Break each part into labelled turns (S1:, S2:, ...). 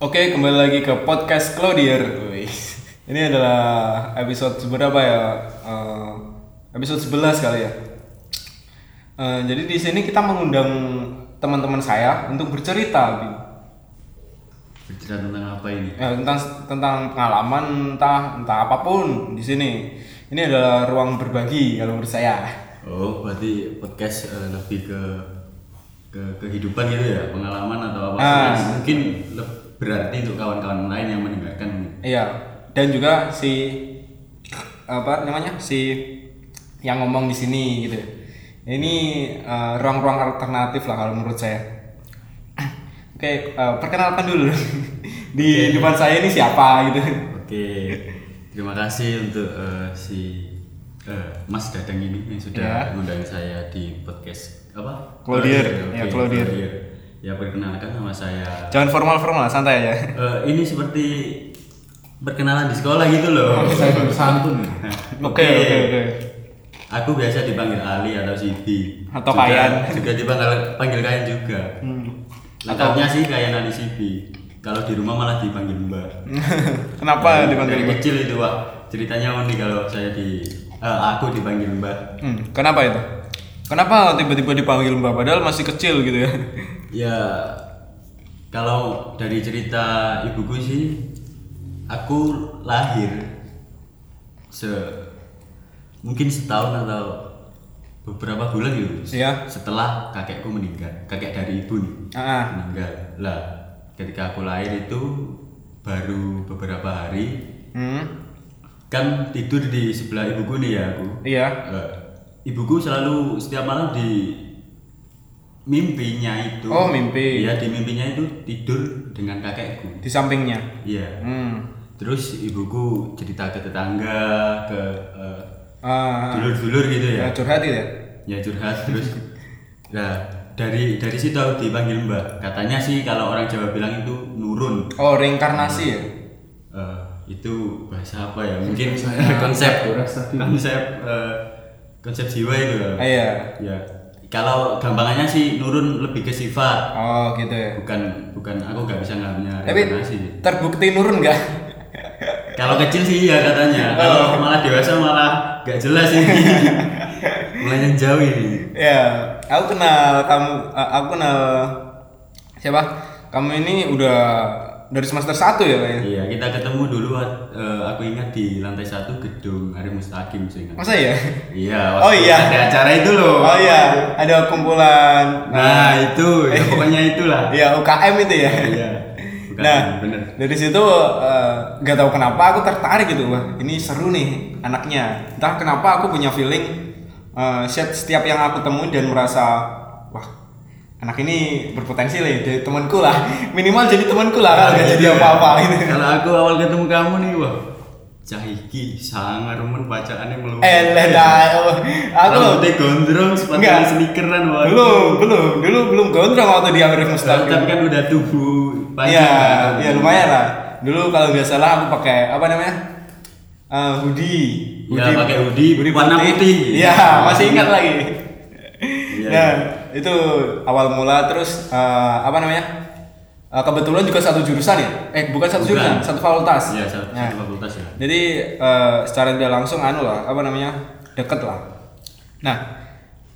S1: Oke, kembali lagi ke podcast Claudier. Wih. Ini adalah episode berapa ya? Eh, episode 11 kali ya. Eh, jadi di sini kita mengundang teman-teman saya untuk bercerita Bi.
S2: Bicara tentang apa ini?
S1: Eh, tentang tentang pengalaman entah entah apapun di sini. Ini adalah ruang berbagi kalau menurut saya.
S2: Oh, berarti podcast eh, lebih ke ke kehidupan gitu ya, pengalaman atau apa?
S1: Ah.
S2: Yang Mungkin le- berarti untuk kawan-kawan lain yang mendengarkan.
S1: Iya. Dan juga si apa namanya si yang ngomong di sini gitu. Ini eh, ruang-ruang alternatif lah kalau menurut saya. Oke, eh, perkenalkan dulu di depan saya ini siapa gitu.
S2: Oke, terima kasih untuk eh, si eh, Mas Dadang ini
S1: Ya.
S2: yang sudah mengundang saya di podcast apa?
S1: Claudier.
S2: Oke,
S1: Ya, Claudier.
S2: Claudier. Ya perkenalkan nama saya.
S1: Jangan formal-formal, santai aja.
S2: Eh, ini seperti perkenalan di sekolah gitu loh.
S3: saya santun
S1: Oke, oke, oke.
S2: Aku biasa dipanggil Ali atau Sidi.
S1: Atau
S2: Juga-
S1: Kayan. Hmm.
S2: Juga dipanggil panggil Kayan juga. Lengkapnya sih Kayan Ali Sidi. Kalau di rumah malah dipanggil Mbak.
S1: Kenapa
S2: Dari
S1: dipanggil gitu? Mbak?
S2: kecil itu Pak. Ceritanya unik kalau saya di eh, aku dipanggil Mbak.
S1: Hmm, kenapa itu? Kenapa tiba-tiba dipanggil Mbak padahal masih kecil gitu ya?
S2: Ya kalau dari cerita ibuku sih aku lahir se mungkin setahun atau beberapa bulan gitu
S1: Iya.
S2: setelah kakekku meninggal kakek dari ibu nih
S1: Ah,
S2: meninggal lah ketika aku lahir itu baru beberapa hari
S1: Hmm.
S2: kan tidur di sebelah ibuku nih ya aku
S1: Iya.
S2: Eh, ibuku selalu setiap malam di mimpinya itu
S1: Oh, mimpi.
S2: Iya, di mimpinya itu tidur dengan kakekku
S1: Di sampingnya.
S2: iya
S1: Hmm.
S2: terus ibuku cerita ke tetangga ke eh,
S1: Ah,
S2: dulur-dulur gitu
S1: ya,
S2: ya
S1: curhat itu ya?
S2: ya curhat terus nah dari dari situ aku dipanggil mbak katanya sih kalau orang Jawa bilang itu nurun
S1: Oh, reinkarnasi ya?
S2: Eh, itu bahasa apa ya mungkin konsep konsep eh, konsep jiwa itu ya.
S1: Ah, Iya.
S2: ya kalau gampangannya sih nurun lebih ke sifat
S1: Oh, gitu ya.
S2: bukan bukan aku nggak bisa ngambilnya
S1: Tapi
S2: reinkarnasi
S1: terbukti nurun nggak?
S2: kalau kecil sih iya katanya kalau malah dewasa malah nggak jelas ini mulainya jauh ini
S1: ya, aku kenal kamu, eh, aku kenal siapa? Kamu ini udah dari semester 1 ya kayaknya?
S2: iya kita ketemu dulu eh, aku ingat di lantai satu gedung Arif Mustaqim saya ingat.
S1: Masa ya?
S2: iya
S1: Oh,
S2: waktu
S1: iya.
S2: ada acara itu loh
S1: Oh iya, ada kumpulan
S2: nah itu ya, pokoknya itulah
S1: ya UKM itu ya.
S2: iya bukan
S1: nah,
S2: bener
S1: dari situ eh, nggak tahu kenapa aku tertarik gitu wah ini seru nih anaknya entah kenapa aku punya feeling eh, set- setiap yang aku temuin dan merasa wah anak ini berpotensi lah ya, jadi temanku lah minimal jadi temanku lah kalau nggak jadi apa-apa gitu
S2: Kalau aku awal ketemu kamu nih, wah, cah iki sangar men bacaannya meluas.
S1: eh lah, dah, oh, aku
S2: Rambutnya gondrong, sepatunya
S1: Enggak.
S2: senikeran, wah.
S1: belum belum dulu belum gondrong waktu di Amerika
S2: Tapi
S1: Mustaqim
S2: tapi kan udah tubuh
S1: Iya,
S2: kan?
S1: ya lumayan lah. Dulu kalau nggak salah aku pakai apa namanya? Eh, hoodie.
S2: Iya, pakai hoodie, warna putih.
S1: Iya, masih ingat lagi.
S2: Iya,
S1: nah, itu awal mula terus eh, apa namanya? Eh, kebetulan juga satu jurusan ya? Eh, bukan satu
S2: Bukan.
S1: jurusan, satu fakultas.
S2: Iya, satu,
S1: Nah,
S2: satu fakultas ya.
S1: Jadi eh, secara tidak langsung anu lah, apa namanya? deket lah. Nah,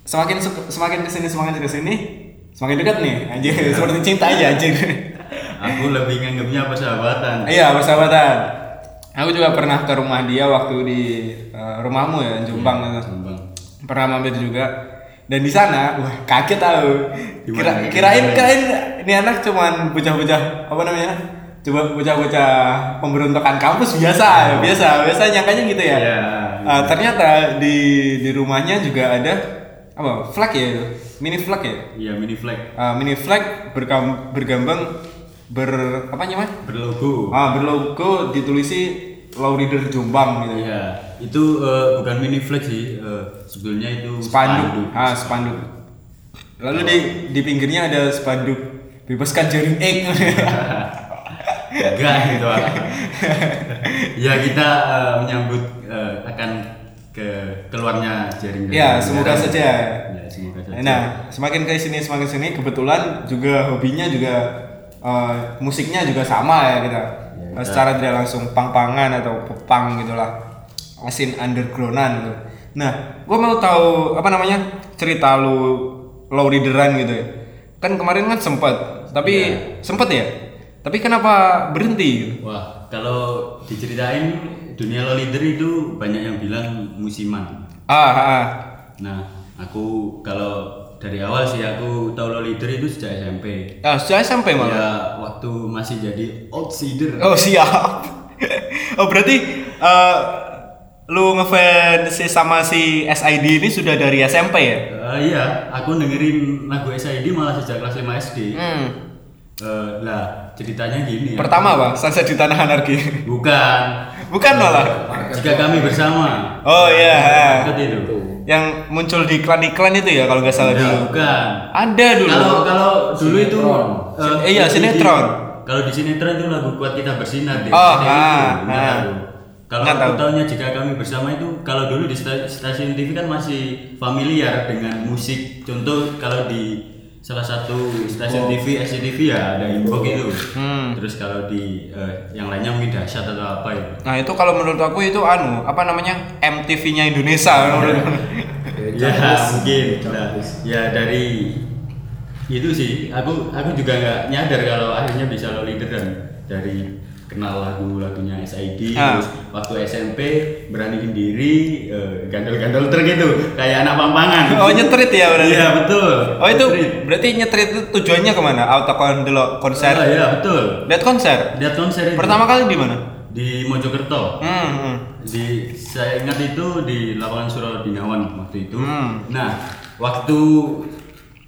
S1: semakin se- semakin kesini semakin kesini semakin dekat nih anjir
S2: Iya.
S1: seperti cinta aja anjir
S2: Aku lebih nganggapnya persahabatan.
S1: Iya persahabatan. Aku juga pernah ke rumah dia waktu di eh, rumahmu ya Jombang.
S2: Jombang.
S1: Pernah mampir juga. Dan di sana, wah kaget aku.
S2: Di
S1: Kira,
S2: mana?
S1: kirain
S2: Di mana?
S1: kirain ini anak cuman bocah-bocah apa namanya? Coba bocah-bocah pemberontakan kampus biasa, biasa, biasa nyangkanya gitu ya.
S2: Iya,
S1: Eh, ternyata di di rumahnya juga ada apa? Flag ya itu, mini flag ya.
S2: Iya, mini flag
S1: Eh, mini flag bergam, bergambang ber apa namanya?
S2: berlogo.
S1: Ah, berlogo ditulisi Law Reader Jombang gitu.
S2: Iya, itu eh, bukan mini flag sih, eh, sebetulnya itu
S1: Spanduk. Ah, spanduk. Lalu di di pinggirnya ada spanduk bebaskan jaring X.
S2: enggak gitu Pak. ya kita eh, menyambut eh, akan ke keluarnya jaring
S1: ya, semoga saja.
S2: ya semoga saja
S1: Nah, semakin ke sini semakin sini kebetulan juga hobinya juga eh, musiknya juga sama ya kita
S2: kita-
S1: secara tidak langsung pang-pangan atau pang gitulah asin undergroundan gitu nah gua mau tahu apa namanya cerita lu low readeran gitu ya kan kemarin kan sempat tapi sempet ya tapi kenapa berhenti gitu?
S2: Wah, kalau diceritain dunia lo leader itu banyak yang bilang musiman.
S1: ah, ah, ah.
S2: Nah, aku kalau dari awal sih aku tahu lo leader itu sejak SMP.
S1: Ah, sudah sampai malah
S2: Ya, waktu masih jadi outsider.
S1: Oh siap. oh berarti eh, lu ngefans si sama si SID ini sudah dari SMP ya?
S2: Eh, iya, aku dengerin lagu SID malah sejak kelas 5 SD.
S1: Hmm.
S2: Eh, lah, ceritanya gini ya.
S1: Pertama bang, sunset di tanah anarki.
S2: Bukan.
S1: Bukan malah.
S2: Jika kami bersama.
S1: Oh iya.
S2: Ikut itu.
S1: Yang muncul di iklan-iklan itu ya kalau nggak salah
S2: Ya,
S1: dulu.
S2: bukan.
S1: Ada dulu.
S2: Kalau kalau dulu itu
S3: Sinetron.
S2: eh,
S1: Eh, iya,
S2: di-
S1: sinetron.
S2: di- Kalau di sinetron itu lagu kuat kita bersinar deh.
S1: Oh,
S2: Jadi
S1: ah,
S2: itu, nggak
S1: ah.
S2: tahu. Kalau
S1: Nggak
S2: aku
S1: tahu.
S2: tahunya jika kami bersama itu kalau dulu di sta- stasiun TV kan masih familiar dengan musik. Contoh kalau di salah satu stasiun TV SCTV ya ada info gitu.
S1: Hmm.
S2: Terus kalau di eh, yang lainnya mungkin dahsyat atau apa ya.
S1: Nah itu kalau menurut aku itu anu apa namanya MTV-nya Indonesia
S2: Iya.
S1: menurut aku.
S2: Ya mungkin. Nah, ya dari itu sih. Aku aku juga nggak nyadar kalau akhirnya bisa lo leader dan dari kenal lagu-lagunya SID
S1: Ah.
S2: terus waktu SMP beraniin diri eh, gandol-gandol ter gitu kayak anak pampangan.
S1: Oh nyetrit ya berarti.
S2: Iya betul.
S1: Oh itu
S2: Nyetrit.
S1: berarti nyetrit itu tujuannya kemana? Auto dulu
S2: Oh,
S1: konser.
S2: iya betul.
S1: Lihat konser.
S2: Lihat konser itu
S1: Pertama kali di mana?
S2: di Mojokerto.
S1: Hmm. hmm.
S2: di saya ingat itu di lapangan Surabinawan waktu itu.
S1: Hmm.
S2: Nah, waktu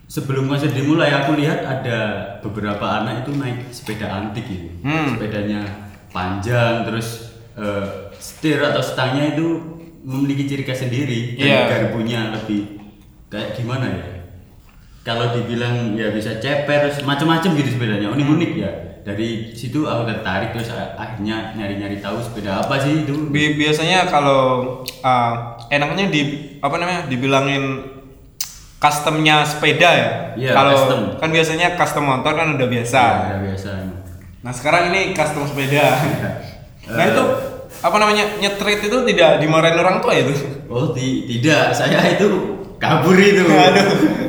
S2: sebelum konser dimulai aku lihat ada beberapa anak itu naik sepeda antik gitu.
S1: Hmm.
S2: Sepedanya panjang terus eh, setir atau stangnya itu memiliki ciri khas sendiri dan
S1: Iya.
S2: garbunya lebih kayak gimana ya? Kalau dibilang ya bisa ceper terus macam-macam gitu sepedanya unik-unik
S1: Hmm.
S2: ya. Dari situ aku tertarik terus akhirnya nyari-nyari tahu sepeda apa sih itu
S1: Bi- biasanya kalau uh, enaknya di apa namanya dibilangin customnya sepeda ya
S2: Iya,
S1: kalau
S2: custom.
S1: kan biasanya custom motor kan udah biasa
S2: Ya, biasa.
S1: nah sekarang ini custom sepeda nah
S2: Eh.
S1: itu apa namanya nyetrit itu tidak dimarahin orang tua itu
S2: Oh, ti- tidak, saya itu kabur itu.
S1: Aduh.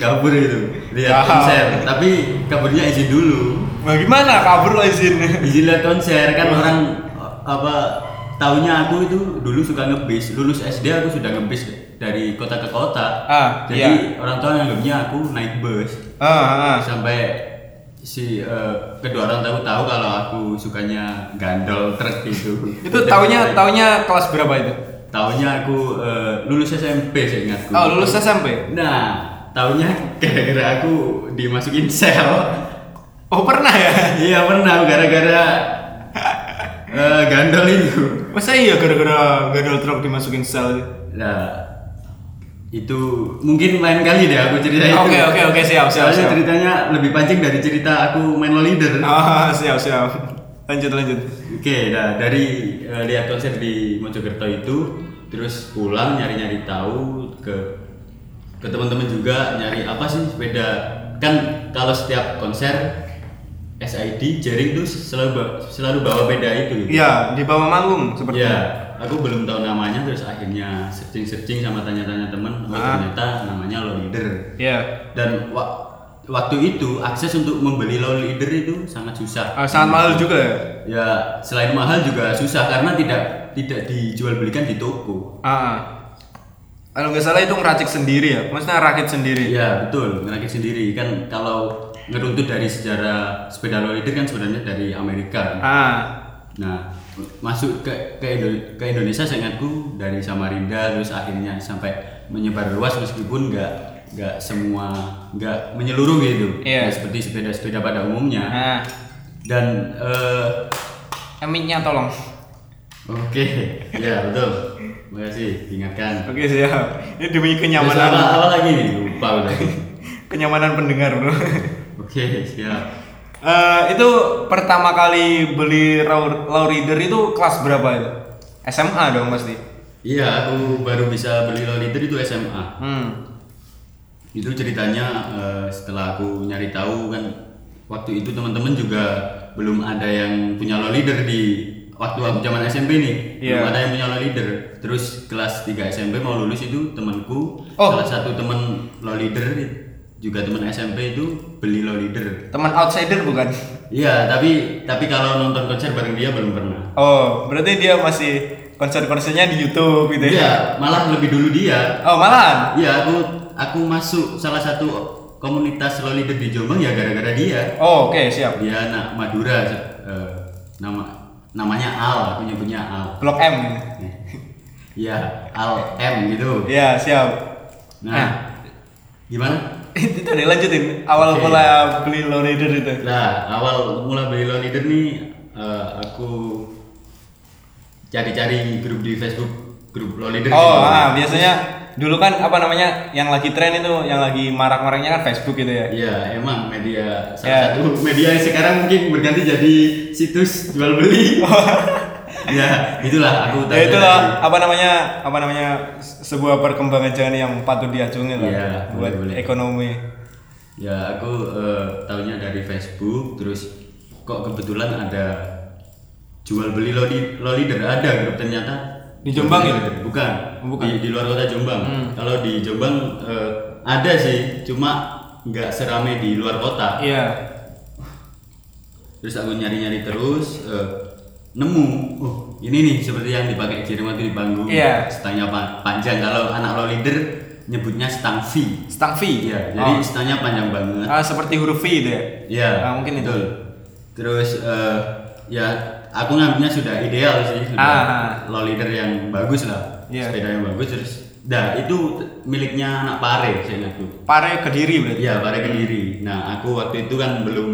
S2: kabur itu.
S1: Ya.
S2: Lihat konser, tapi kaburnya izin dulu.
S1: bagaimana Nah, kabur lo izin
S2: Izin lihat konser kan orang apa taunya aku itu dulu suka ngebis. Lulus SD aku sudah ngebis dari kota ke kota.
S1: Ah,
S2: Jadi orang tua nganggapnya aku naik bus
S1: ah, ah.
S2: sampai si eh, kedua orang tahu tahu kalau aku sukanya gandol truk itu.
S1: itu taunya taunya kelas berapa itu
S2: Tahunnya aku eh, lulus SMP saya ingatku.
S1: oh lulus SMP
S2: Nah, tahunnya gara-gara aku dimasukin sel.
S1: oh pernah ya
S2: Iya pernah gara-gara eh, gandol itu.
S1: masa iya gara-gara gadol truk dimasukin sel
S2: Nah, itu mungkin lain kali deh aku ceritain.
S1: Oke, oke, oke, siap, siap,
S2: Soalnya
S1: siap.
S2: ceritanya lebih panjang dari cerita aku main lo leader.
S1: ah siap siap lanjut lanjut
S2: Oke, nah dari eh, lihat konser di Mojokerto itu, terus pulang nyari-nyari tahu ke ke teman-teman juga nyari apa sih sepeda kan kalau setiap konser SID jaring tuh selalu ba- selalu bawa beda itu.
S1: Iya, di bawah manggung seperti
S2: Iya, aku belum tahu namanya terus akhirnya searching-searching sama tanya-tanya teman, oh,
S1: Ah.
S2: ternyata namanya Low Leader.
S1: Iya.
S2: Dan wa- waktu itu akses untuk membeli Low Leader itu sangat susah.
S1: Ah, sangat mahal juga ya.
S2: Ya, selain mahal juga susah karena tidak tidak dijual belikan di toko.
S1: Ah. Kalau nggak salah itu ngeracik sendiri ya, maksudnya rakit sendiri.
S2: Iya, betul. Ngerakit sendiri kan kalau ngeruntut dari sejarah sepeda roller kan sebenarnya dari Amerika.
S1: Ah.
S2: Nah, masuk ke ke, Indo- ke Indonesia saya ingatku dari Samarinda terus akhirnya sampai menyebar luas meskipun nggak nggak semua nggak menyeluruh gitu.
S1: Iya.
S2: Nggak seperti sepeda-sepeda pada umumnya.
S1: Nah,
S2: Dan eh,
S1: emiknya tolong.
S2: oke, ya betul. Makasih diingatkan.
S1: Oke siap. Ini
S2: Iya,
S1: demi
S2: Terus apa,
S1: kenyamanan
S2: apa lagi nih? Lupa udah.
S1: kenyamanan pendengar bro.
S2: Oke, siap.
S1: Eh, itu pertama kali beli raw, raw reader itu kelas berapa itu? SMA dong pasti.
S2: Iya, aku baru bisa beli loliter itu SMA.
S1: Hmm.
S2: Itu ceritanya eh, setelah aku nyari tahu kan, waktu itu teman-teman juga belum ada yang punya low leader di waktu aku zaman SMP nih
S1: Iya.
S2: belum ada yang punya low leader terus kelas 3 SMP mau lulus itu temanku
S1: Oh.
S2: salah satu teman low leader juga teman SMP itu beli low leader
S1: Teman outsider bukan?
S2: iya tapi tapi kalau nonton konser bareng dia belum pernah
S1: Oh, berarti dia masih konser-konsernya di YouTube gitu ya?
S2: Iya, malah lebih dulu dia.
S1: Oh, malahan?
S2: Iya, aku aku masuk salah satu komunitas low leader di Jombang ya gara-gara dia.
S1: Oh, oke, siap.
S2: Dia anak Madura, eh, nama namanya Al, aku nyebutnya Al.
S1: Blok M.
S2: Iya, Al M gitu.
S1: Iya, siap. Ah.
S2: Nah, gimana?
S1: itu deh lanjutin awal
S2: Oke.
S1: mula beli low rider itu.
S2: Nah, awal mula beli low leader nih, eh, aku cari-cari grup di Facebook, grup low leader.
S1: Oh,
S2: gitu.
S1: ah, biasanya dulu kan apa namanya yang lagi tren itu, yang lagi marak-maraknya kan Facebook gitu ya.
S2: Iya, emang media
S1: Ya.
S2: salah satu media yang sekarang mungkin berganti jadi situs jual beli. ya, itulah aku
S1: Ya itulah apa namanya apa namanya se- sebuah perkembangan jalan yang patut diacungi lah
S2: Iya,
S1: buat
S2: boleh, boleh.
S1: ekonomi.
S2: Ya, aku eh, tahunya dari Facebook terus kok kebetulan ada jual beli lo di lo leader ada grup ternyata
S1: Di Jombang ya?
S2: Bukan.
S1: Bukan. Hmm.
S2: Di, di luar kota Jombang. Kalau di Jombang eh, ada sih, cuma nggak serame di luar kota.
S1: Iya.
S2: terus aku nyari-nyari terus eh, nemu oh ini nih seperti yang dipakai Jerem waktu di Banggu
S1: Iya.
S2: stangnya pa- panjang kalau anak lo leader nyebutnya stang V
S1: Stang V.
S2: iya jadi
S1: Oh.
S2: stangnya panjang banget
S1: Ah, seperti huruf V itu ya.
S2: iya
S1: Ah, mungkin itu.
S2: betul. terus eh, ya aku ngambilnya sudah ideal sih sudah
S1: Ah.
S2: lo leader yang bagus lah
S1: Iya.
S2: sepeda yang bagus terus nah itu t- miliknya anak Pare saya ingatku
S1: Pare Kediri berarti.
S2: Iya, Pare Kediri. Nah, aku waktu itu kan belum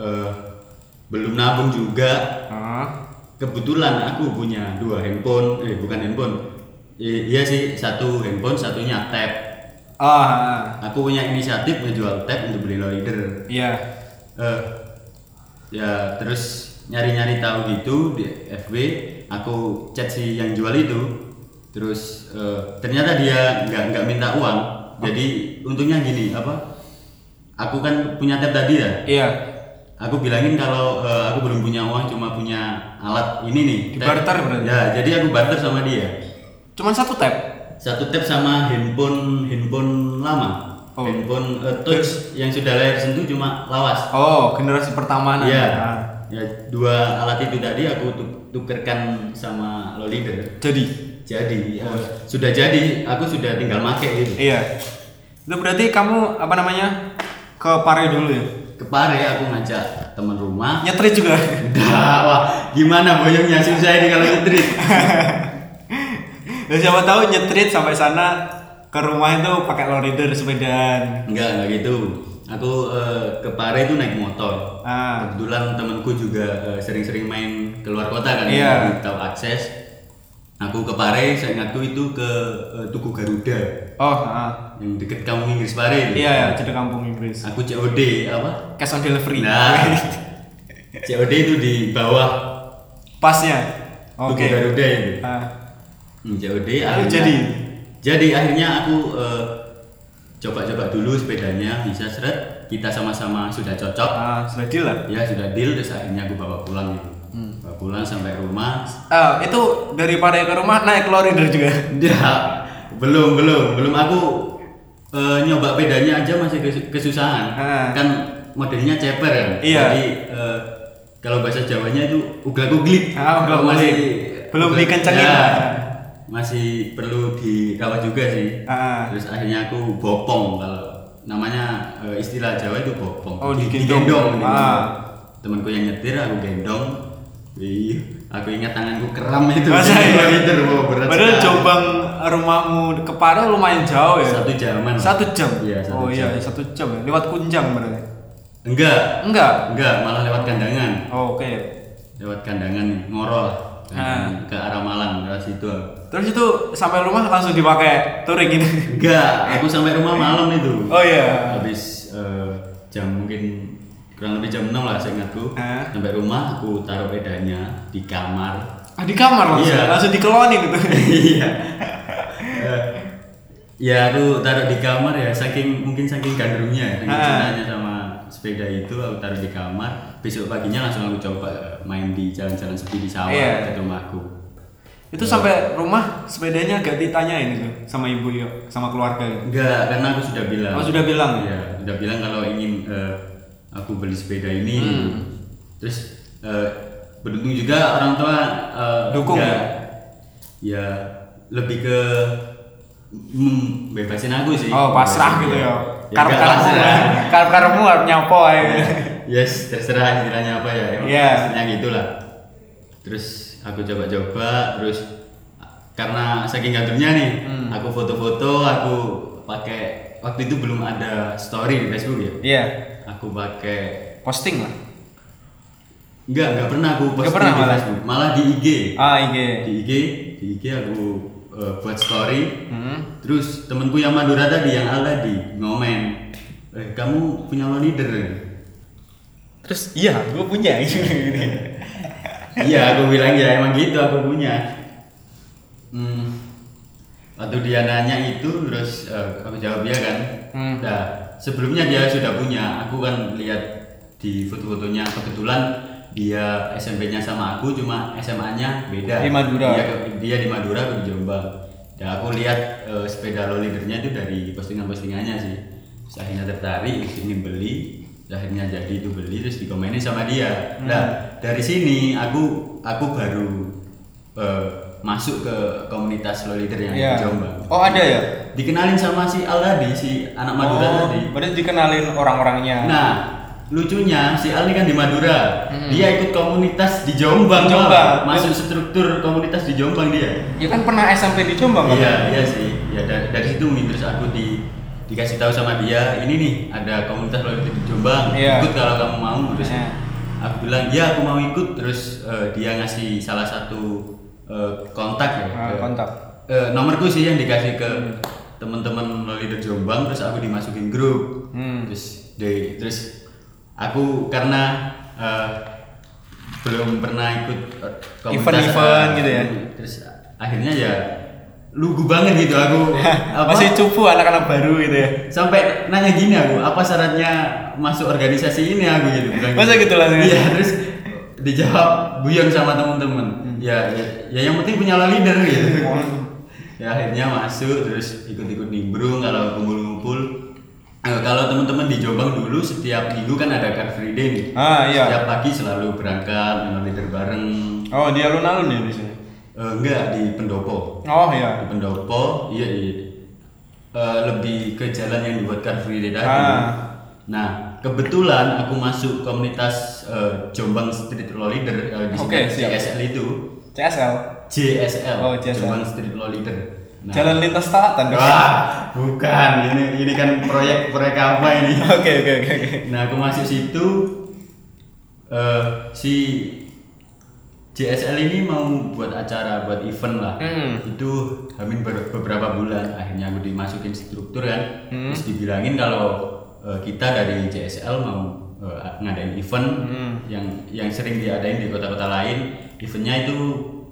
S2: eh, belum nabung juga.
S1: Ah.
S2: Kebetulan aku punya dua handphone, eh bukan handphone. I- iya sih, satu handphone, satunya tab.
S1: Ah.
S2: Aku punya inisiatif ngejual tab untuk beli low leader.
S1: Iya.
S2: Eh, ya terus nyari-nyari tahu gitu di FB, aku chat si yang jual itu. Terus eh, ternyata dia nggak nggak minta uang. Jadi untungnya gini apa? Aku kan punya tab tadi ya.
S1: Iya.
S2: Aku bilangin kalau eh, aku belum punya uang cuma punya alat ini nih.
S1: Di
S2: tab.
S1: barter berarti?
S2: Ya, jadi aku barter sama dia.
S1: Cuman satu tab.
S2: Satu tab sama handphone handphone lama.
S1: Oh.
S2: Handphone eh, touch yang sudah layar sentuh cuma lawas.
S1: Oh, generasi pertama
S2: Iya.
S1: Ah.
S2: Ya, dua alat itu tadi aku tu- tukerkan sama lo leader.
S1: Jadi.
S2: Jadi
S1: Oh.
S2: eh, sudah jadi, aku sudah tinggal make gitu.
S1: Iya. Itu berarti kamu apa namanya? Ke Pare dulu ya.
S2: Kepare aku ngajak teman rumah.
S1: Nyetrit juga.
S2: Dah, wah, gimana boyongnya susah ini kalau nyetrit.
S1: Dan siapa tahu nyetrit sampai sana ke rumah itu pakai lorider sepedaan.
S2: Enggak, enggak gitu. Aku eh, ke Pare itu naik motor.
S1: Ah.
S2: Kebetulan temanku juga eh, sering-sering main keluar kota kan
S1: Iya.
S2: ya, jadi tahu akses. Aku ke Pare, saya ingatku itu ke eh, Tugu Garuda
S1: Oh, ah.
S2: yang deket kampung Inggris Pare itu.
S1: Iya, jadi kampung Inggris.
S2: Aku COD apa?
S1: Cash on delivery.
S2: Nah, COD itu di bawah
S1: Pasnya.
S2: Tugu
S1: Oke.
S2: Garuda itu.
S1: Ah.
S2: Hmm, COD akhirnya.
S1: jadi?
S2: Jadi akhirnya aku eh, coba-coba dulu sepedanya bisa seret. Kita sama-sama sudah cocok.
S1: Ah, sudah deal lah.
S2: Ya sudah deal terus akhirnya aku bawa pulang itu.
S1: Hmm.
S2: Bawa pulang sampai rumah.
S1: Ah, itu daripada ke rumah naik lorider juga.
S2: Enggak, belum belum belum aku eh, nyoba bedanya aja masih kesu- kesusahan.
S1: Ah.
S2: Kan modelnya ceper ya.
S1: Iya.
S2: Jadi eh, kalau bahasa Jawanya itu uglak-uglik.
S1: Ah, uglak-uglik. Belum dikencengin
S2: ya,
S1: lah.
S2: masih perlu dirawat juga sih.
S1: Ah.
S2: Terus akhirnya aku bopong kalau namanya eh, istilah Jawa itu bopong.
S1: Oh,
S2: Di-
S1: digendong.
S2: digendong,
S1: Ah.
S2: Temanku yang nyetir aku gendong. Iya, aku ingat tanganku kram itu.
S1: Masa
S2: Jadi
S1: iya?
S2: liter, wah, berat
S1: Padahal
S2: sekali.
S1: jombang rumahmu ke Pare lumayan jauh ya.
S2: satu jaman
S1: Satu jam.
S2: iya
S1: oh
S2: satu jam.
S1: iya, satu jam ya. Lewat Kunjang berarti.
S2: enggak
S1: Enggak.
S2: enggak malah lewat kandangan
S1: Oh, Oke.
S2: lewat kandangan ngorol
S1: Ah.
S2: Kandangan ke arah Malang lewat situ
S1: Terus itu sampai rumah langsung dipakai touring gitu.
S2: enggak aku sampai rumah malam itu
S1: Oh iya.
S2: habis eh, jam mungkin kurang lebih jam 6 lah seingatku
S1: Ah.
S2: sampai rumah aku taruh pedanya di kamar
S1: Ah, di kamar langsung,
S2: Iya.
S1: langsung dikeloni gitu.
S2: iya Eh, ya aku taruh di kamar ya saking mungkin saking gandrungnya ya, saking
S1: Ah.
S2: cintanya sama sepeda itu aku taruh di kamar besok paginya langsung aku coba eh, main di jalan-jalan sepi di sawah
S1: Iya.
S2: ke rumahku
S1: Itu sampai rumah sepedanya gak ditanyain itu sama ibu yo, sama keluarga gitu.
S2: enggak karena aku sudah bilang
S1: Oh, sudah bilang ya?
S2: ya sudah bilang kalau ingin eh, aku beli sepeda ini
S1: Hmm.
S2: terus eh, beruntung juga orang tua eh,
S1: Dukung
S2: enggak-
S1: ya?
S2: ya lebih ke membebasin aku sih
S1: Oh, pasrah
S2: Bebasin,
S1: gitu
S2: Iya. ya.
S1: ya.
S2: Ya, enggak
S1: Karep-karepmu,
S2: pasrah.
S1: karep-karepmu harus nyapo ya.
S2: Yes, terserah istilahnya apa ya. Emang
S1: Iya.
S2: Istilahnya gitulah. Terus aku coba-coba, terus karena saking kantornya nih,
S1: Hmm.
S2: aku foto-foto, aku pakai waktu itu belum ada story di Facebook ya.
S1: Iya,
S2: Aku pakai
S1: posting lah.
S2: enggak, enggak pernah aku posting
S1: pernah
S2: di
S1: malah.
S2: Facebook, malah di IG.
S1: Ah, iya.
S2: Di IG, di IG aku eh, buat story.
S1: Hmm.
S2: Terus temanku yang Madura tadi yang Al tadi ngomen, "Eh, kamu punya lo leader?"
S1: Terus iya, gue punya
S2: iya aku bilang ya emang gitu aku punya hmm. waktu dia nanya itu terus eh, aku jawab ya kan
S1: Hmm.
S2: nah sebelumnya dia sudah punya aku kan lihat di foto-fotonya kebetulan dia SMP-nya sama aku cuma SMA-nya beda
S1: Di Madura.
S2: dia, ke- dia di Madura aku di Jombang dan aku lihat eh, sepeda lo leadernya itu dari postingan-postingannya sih Terus akhirnya tertarik terus ini beli terus akhirnya jadi itu beli terus dikomenin sama dia
S1: Hmm.
S2: nah dari sini aku aku baru eh, masuk ke komunitas lo leader yang
S1: Iya.
S2: di Jombang
S1: Oh, ada ya?
S2: dikenalin sama si Al tadi si anak Madura
S1: oh,
S2: tadi
S1: berarti dikenalin orang-orangnya.
S2: nah lucunya si Al ini kan di Madura dia ikut komunitas di Jombang,
S1: Hmm. Jombang.
S2: Bang. masuk struktur komunitas di Jombang dia
S1: Ya kan pernah SMP di Jombang kan?
S2: Iya, iya sih. Ya dari, dari situ Mi. terus aku di dikasih tahu sama dia, ini nih ada komunitas lo di Jombang,
S1: Iya.
S2: ikut kalau kamu mau. Terus
S1: Iya.
S2: aku bilang, "Ya, aku mau ikut." Terus eh, dia ngasih salah satu eh, kontak ya.
S1: Ah,
S2: ke-
S1: kontak. Hmm.
S2: eh, nomorku sih yang dikasih ke teman-teman lo di Jombang, terus aku dimasukin grup.
S1: Hmm.
S2: Terus di- terus aku karena eh, belum pernah ikut eh, komunitas,
S1: Event-event
S2: eh,
S1: gitu ya?
S2: terus akhirnya ya lugu banget gitu aku apa
S1: Masih cupu anak-anak baru gitu ya.
S2: sampai nanya gini aku apa syaratnya masuk organisasi ini aku gitu bilang
S1: Masa gitu langsung?
S2: iya terus dijawab guyon sama
S1: Hmm.
S2: temen-temen ya, ya ya yang penting punya lo leader gitu ya akhirnya masuk terus ikut-ikut nimbrung kalau kumpul-kumpul Eh, kalau teman-teman di Jombang dulu setiap minggu kan ada car free day nih
S1: Ah, iya.
S2: setiap pagi selalu berangkat dengan leader bareng
S1: Oh, di alun-alun ya di sini.
S2: Eh, enggak di pendopo
S1: Oh, iya.
S2: di pendopo iya iya Eh, lebih ke jalan yang dibuat car free day tadi
S1: Ah.
S2: nah kebetulan aku masuk komunitas eh, Jombang Street Law Leader eh, di
S1: Oke, siap.
S2: sini, JSL itu
S1: CSL.
S2: JSL,
S1: Oh, JSL.
S2: Jombang Street Law Leader Nah,
S1: Jalan lintas selatan. dong.
S2: wah bukan ini ini kan proyek proyek apa ini
S1: Oke, oke, oke, oke.
S2: nah aku masuk situ eh, si JSL ini mau buat acara buat event lah
S1: Hmm.
S2: itu hamin ber- beberapa bulan akhirnya aku dimasukin struktur kan
S1: Hmm.
S2: terus dibilangin kalau eh, kita dari JSL mau eh, ngadain event
S1: Hmm.
S2: yang yang sering diadain di kota-kota lain eventnya itu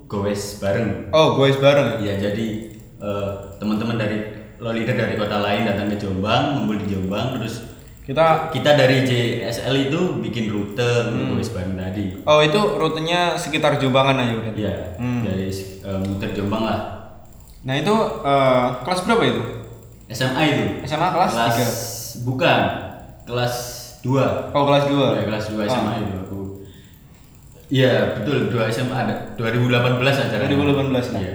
S2: goes bareng
S1: Oh, guys bareng.
S2: Ya jadi eh, teman-teman dari lo leader dari kota lain datang ke Jombang, ngumpul di Jombang, terus
S1: Kita
S2: kita dari JSL itu bikin rute
S1: Hmm.
S2: untuk West Bandung tadi.
S1: Oh, itu rutenya sekitar Jombangan aja udah.
S2: Iya,
S1: Hmm.
S2: dari eh, muter Jombang lah.
S1: Nah, itu eh, kelas berapa itu?
S2: SMA itu.
S1: SMA kelas
S2: bukan kelas
S1: 3.
S2: 2.
S1: Oh, kelas 2.
S2: Ya, kelas 2 SMA itu aku. Iya, betul 2 SMA ada 2018 acara.
S1: 2018 lah.
S2: Iya,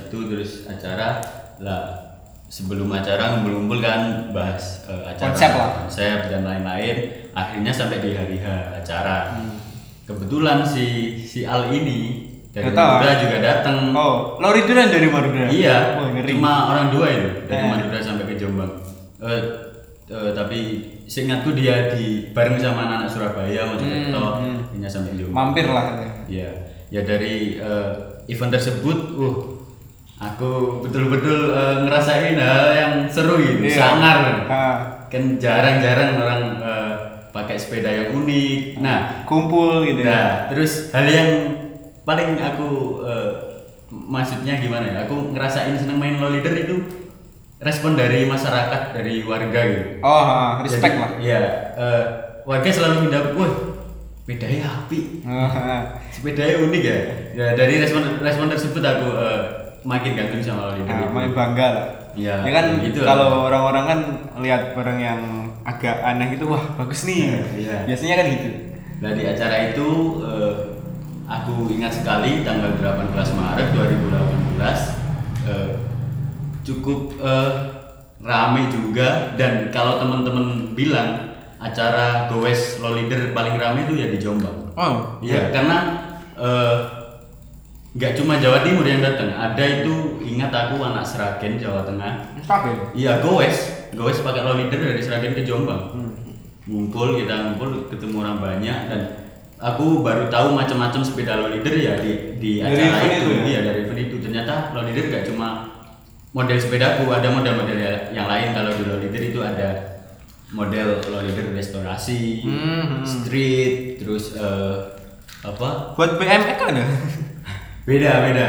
S2: 2018 itu terus acara lah sebelum acara ngumpul-ngumpul kan bahas eh, acara
S1: Konsep lah.
S2: konsep dan lain-lain akhirnya sampai di hari H acara
S1: Hmm.
S2: kebetulan si si Al ini dari
S1: Datang.
S2: Madura juga datang
S1: eh? Oh, lo riduran dari Madura?
S2: iya
S1: Wah, ngeri.
S2: cuma orang dua itu dari
S1: Eh.
S2: Madura sampai ke Jombang Eh, eh, tapi seingatku dia di bareng sama anak Surabaya Mojokerto akhirnya sampai Jombang
S1: Hmm, Mampir lah.
S2: Ya, ya dari eh, event tersebut, uh, aku betul-betul eh, ngerasain hal yang seru gitu,
S1: Iya.
S2: sangar.
S1: Ah.
S2: Kan jarang-jarang orang eh, pakai sepeda yang unik. Nah,
S1: Kumpul gitu ya.
S2: nah, terus hal yang paling aku eh, maksudnya gimana ya? Aku ngerasain seneng main lolider itu eh, respon dari masyarakat dari warga gitu
S1: Oh, ah, respect
S2: Jadi,
S1: lah.
S2: iya eh, warga selalu pindah wah bedanya api
S1: Ah, ah.
S2: sepedanya unik ya ya dari respon respon tersebut aku eh, makin kagum sama leader
S1: Nah,
S2: itu.
S1: main bangga lah.
S2: gitu. Iya,
S1: ya kan
S2: gitu lah.
S1: kalau orang-orang kan lihat barang yang agak aneh gitu, wah bagus nih.
S2: Iya.
S1: Biasanya kan gitu.
S2: Nah di acara itu eh, aku ingat sekali tanggal 18 Maret 2018 eh, cukup eh, rame juga dan kalau teman-teman bilang acara Gowes Low Leader paling rame itu ya di Jombang.
S1: Oh,
S2: Iya karena eh, nggak cuma Jawa Timur yang datang, ada itu ingat aku anak Seragen Jawa Tengah
S1: Tapi
S2: Iya, gowes. Gowes pakai low leader dari Seragen ke Jombang. Ngumpul, kita ngumpul, ketemu orang banyak dan aku baru tahu macam-macam sepeda low leader ya di di
S1: Dari
S2: acara
S1: event
S2: itu.
S1: itu ya?
S2: Iya, dari event itu. Ternyata low leader gak cuma model sepedaku, ada model-model ya- yang lain kalau di low leader itu ada model low leader restorasi,
S1: Hmm, hmm.
S2: street, terus eh, apa?
S1: buat BMX kan ada.
S2: Beda, beda.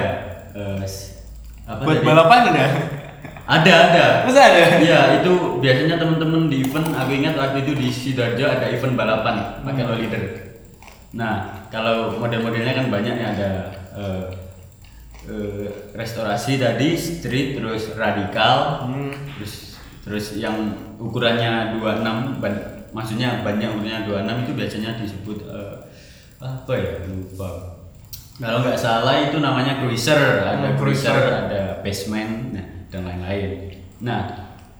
S2: Eh, s- apa
S1: buat
S2: tadi?
S1: balapan kan ada.
S2: Ada, ada.
S1: Masa ada?
S2: Iya, itu biasanya teman-teman di event, aku ingat waktu itu di Sidoarjo ada event balapan pakai
S1: Hmm.
S2: low leader. Nah, kalau model-modelnya kan banyak ya ada eh, eh, restorasi tadi, street, terus radikal,
S1: Hmm.
S2: terus terus yang ukurannya 26 ban, maksudnya bannya ukurannya 26 itu biasanya disebut eh, apa ya lupa. Kalau nggak salah itu namanya cruiser, ada
S1: Hmm,
S2: cruiser,
S1: cruiser.
S2: ada basement, nah, dan lain-lain. Nah,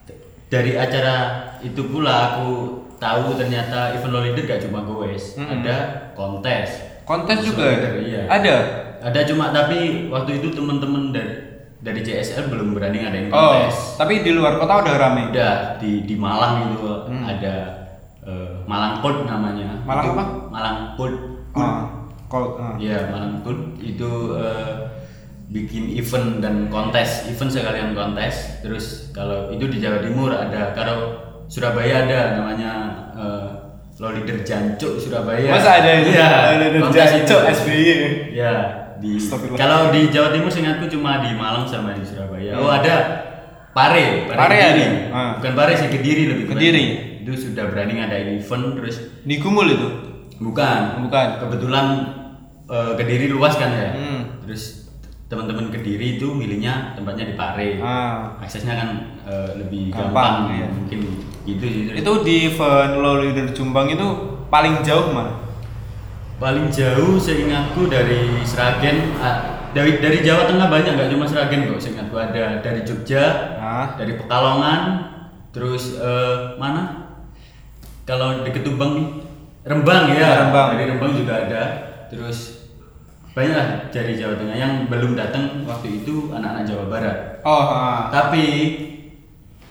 S2: t- dari acara itu pula aku tahu ternyata event low leader gak cuma goes,
S1: Mm-mm.
S2: ada kontes.
S1: Kontes
S2: Low
S1: juga?
S2: leader, iya.
S1: Ada?
S2: Ada cuma tapi waktu itu teman-teman dari dari JSL belum berani ngadain
S1: Oh,
S2: kontes. Iya.
S1: tapi di luar kota udah rame.
S2: Udah di di Malang itu ada eh, Malang Code namanya.
S1: Mm. Malang
S2: Itu-
S1: apa?
S2: Malang Code. Code.
S1: Ah, kalau ah.
S2: Iya, malam Food itu eh, bikin event dan kontes, event sekalian kontes. Terus kalau itu di Jawa Timur ada, kalau Surabaya ada namanya eh, Low Leader Jancuk Surabaya.
S1: Masa ada itu?
S2: Iya,
S1: Low Leader
S2: kontes
S1: Jancuk
S2: itu.
S1: SBY.
S2: Iya, di
S1: Astagfirullah.
S2: kalau di Jawa Timur seingatku cuma di Malang sama di Surabaya. Oh, ada
S1: Hmm.
S2: Pare,
S1: Pare ada?
S2: Kediri.
S1: Ah.
S2: Bukan Pare sih, Kediri lebih
S1: Kediri.
S2: tepatnya. Itu sudah berani ngadain event terus
S1: Di Gumul itu.
S2: Bukan,
S1: Bukan.
S2: Kebetulan eh, Kediri luas kan ya.
S1: Hmm.
S2: Terus teman-teman Kediri itu milihnya tempatnya di Pare.
S1: Ah.
S2: Aksesnya kan eh, lebih
S1: Gampang,
S2: gampang,
S1: iya.
S2: mungkin gitu sih. Terus
S1: Itu di event Low Leader Jombang itu paling jauh mana?
S2: Paling jauh seingatku dari Seragen ah, dari dari Jawa Tengah banyak nggak cuma Seragen kok seingatku ada dari Jogja,
S1: Ah.
S2: dari Pekalongan, terus eh, mana? Kalau di Ketubang nih, Rembang ya.
S1: Ya, Rembang.
S2: Dari Rembang juga ada. Terus banyak lah dari Jawa Tengah yang belum datang waktu itu anak-anak Jawa Barat.
S1: Oh, ah.
S2: Tapi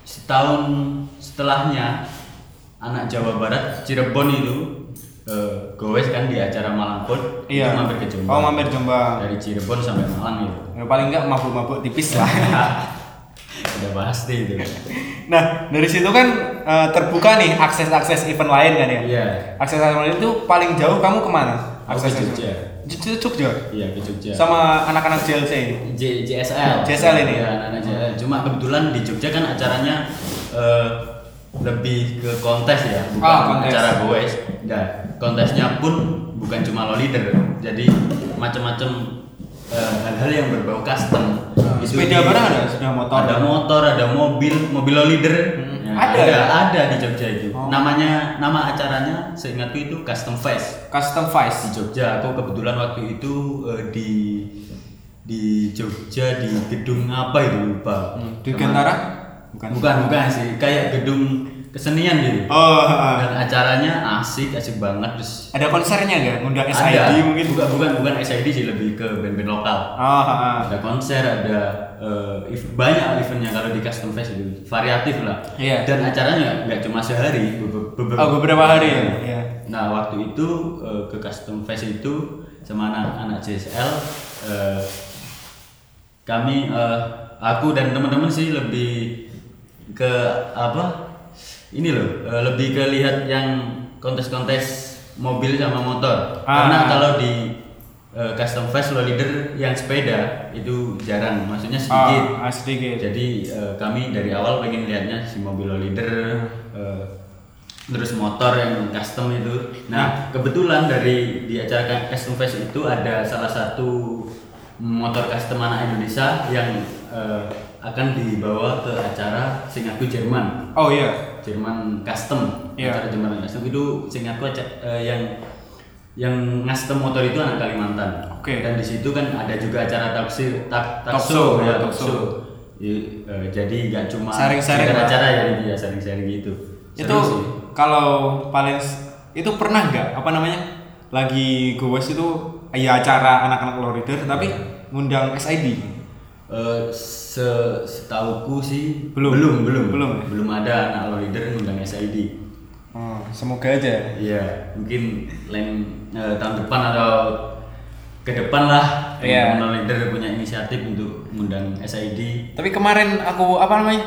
S2: setahun setelahnya anak Jawa Barat Cirebon itu eh, gowes kan di acara Malang Food
S1: Iya.
S2: itu mampir ke Jombang.
S1: Oh, mampir Jombang.
S2: Dari Cirebon sampai Malang gitu. itu.
S1: Ya, paling enggak mabuk-mabuk tipis lah.
S2: Udah pasti itu.
S1: nah, dari situ kan eh, terbuka nih akses-akses event lain kan ya.
S2: Iya.
S1: Akses-akses lain itu paling jauh kamu kemana?
S2: Aku ke
S1: Akses
S2: Jogja.
S1: Jogja. Jogja.
S2: Iya ke Jogja.
S1: Sama anak-anak JLC ini.
S2: J- JSL.
S1: JSL ini? ya? Oh.
S2: Iya, anak-anak JSL. Cuma kebetulan di Jogja kan acaranya eh, lebih ke kontes ya, bukan
S1: Ah, kontes.
S2: acara goes. Nah, kontesnya pun bukan cuma lo leader. Jadi macam-macam eh, hal-hal yang berbau custom.
S1: Ah,
S2: Itu
S1: sepeda
S2: di-
S1: barang ada? Sepeda motor?
S2: Ada motor, ada mobil, mobil lo leader.
S1: Hmm.
S2: Ya,
S1: Ada
S2: ada,
S1: ya?
S2: ada di Jogja itu.
S1: Oh.
S2: Namanya nama acaranya seingatku itu Custom Fest
S1: Custom
S2: di
S1: Vice.
S2: Jogja. Aku kebetulan waktu itu eh, di di Jogja di gedung apa itu lupa.
S1: Hmm, di
S2: Teman-
S1: Gentara?
S2: Bukan. bukan bukan sih, kayak gedung kesenian gitu.
S1: Oh, ah.
S2: Dan acaranya asik, asik banget terus
S1: ada konsernya nggak? Ngundang
S2: ada-
S1: SID mungkin?
S2: bukan bukan bukan SID sih lebih ke band-band lokal.
S1: Oh, ah.
S2: Ada konser, ada eh, ev- banyak eventnya kalau di Custom Fest itu variatif lah.
S1: Iya.
S2: Dan acaranya nggak cuma sehari, be- be-
S1: Oh, beberapa hari ya? Iya.
S2: Nah waktu itu eh, ke custom fest itu sama anak-anak JSL eh, kami eh, aku dan teman-teman sih lebih ke apa ini loh eh, lebih ke lihat yang kontes-kontes mobil sama motor
S1: Ah.
S2: karena kalau di eh, custom fest low leader yang sepeda itu jarang, maksudnya sedikit.
S1: Ah, sedikit.
S2: Jadi eh, kami dari awal pengen lihatnya si mobil leader eh, terus motor yang custom itu. Nah, kebetulan dari di acara Custom Fest itu ada salah satu motor custom anak Indonesia yang eh, akan dibawa ke acara Singapura Jerman.
S1: Oh iya.
S2: Jerman custom
S1: Iya.
S2: acara Jerman custom itu seingatku aja, eh, yang yang ngastem motor itu anak Kalimantan
S1: Oke.
S2: dan di situ kan ada juga acara taksi tak,
S1: Talk
S2: takso
S1: show,
S2: ya
S1: ya, talk
S2: takso
S1: show.
S2: I- eh, jadi nggak cuma
S1: Sharing-sharing,
S2: sekedar
S1: Pak.
S2: acara ya dia sharing-sharing gitu Seru
S1: itu
S2: sih.
S1: kalau paling itu pernah nggak apa namanya lagi goes itu ya acara anak-anak low reader tapi ngundang SID.
S2: Eh, se setauku sih
S1: Belum.
S2: belum belum
S1: Belum, ya?
S2: belum ada anak lo leader ngundang SID
S1: Oh, semoga aja.
S2: Iya, mungkin lain eh, tahun depan atau ke depan lah
S1: Iya.
S2: teman-teman leader punya inisiatif untuk mengundang SID.
S1: Tapi kemarin aku apa namanya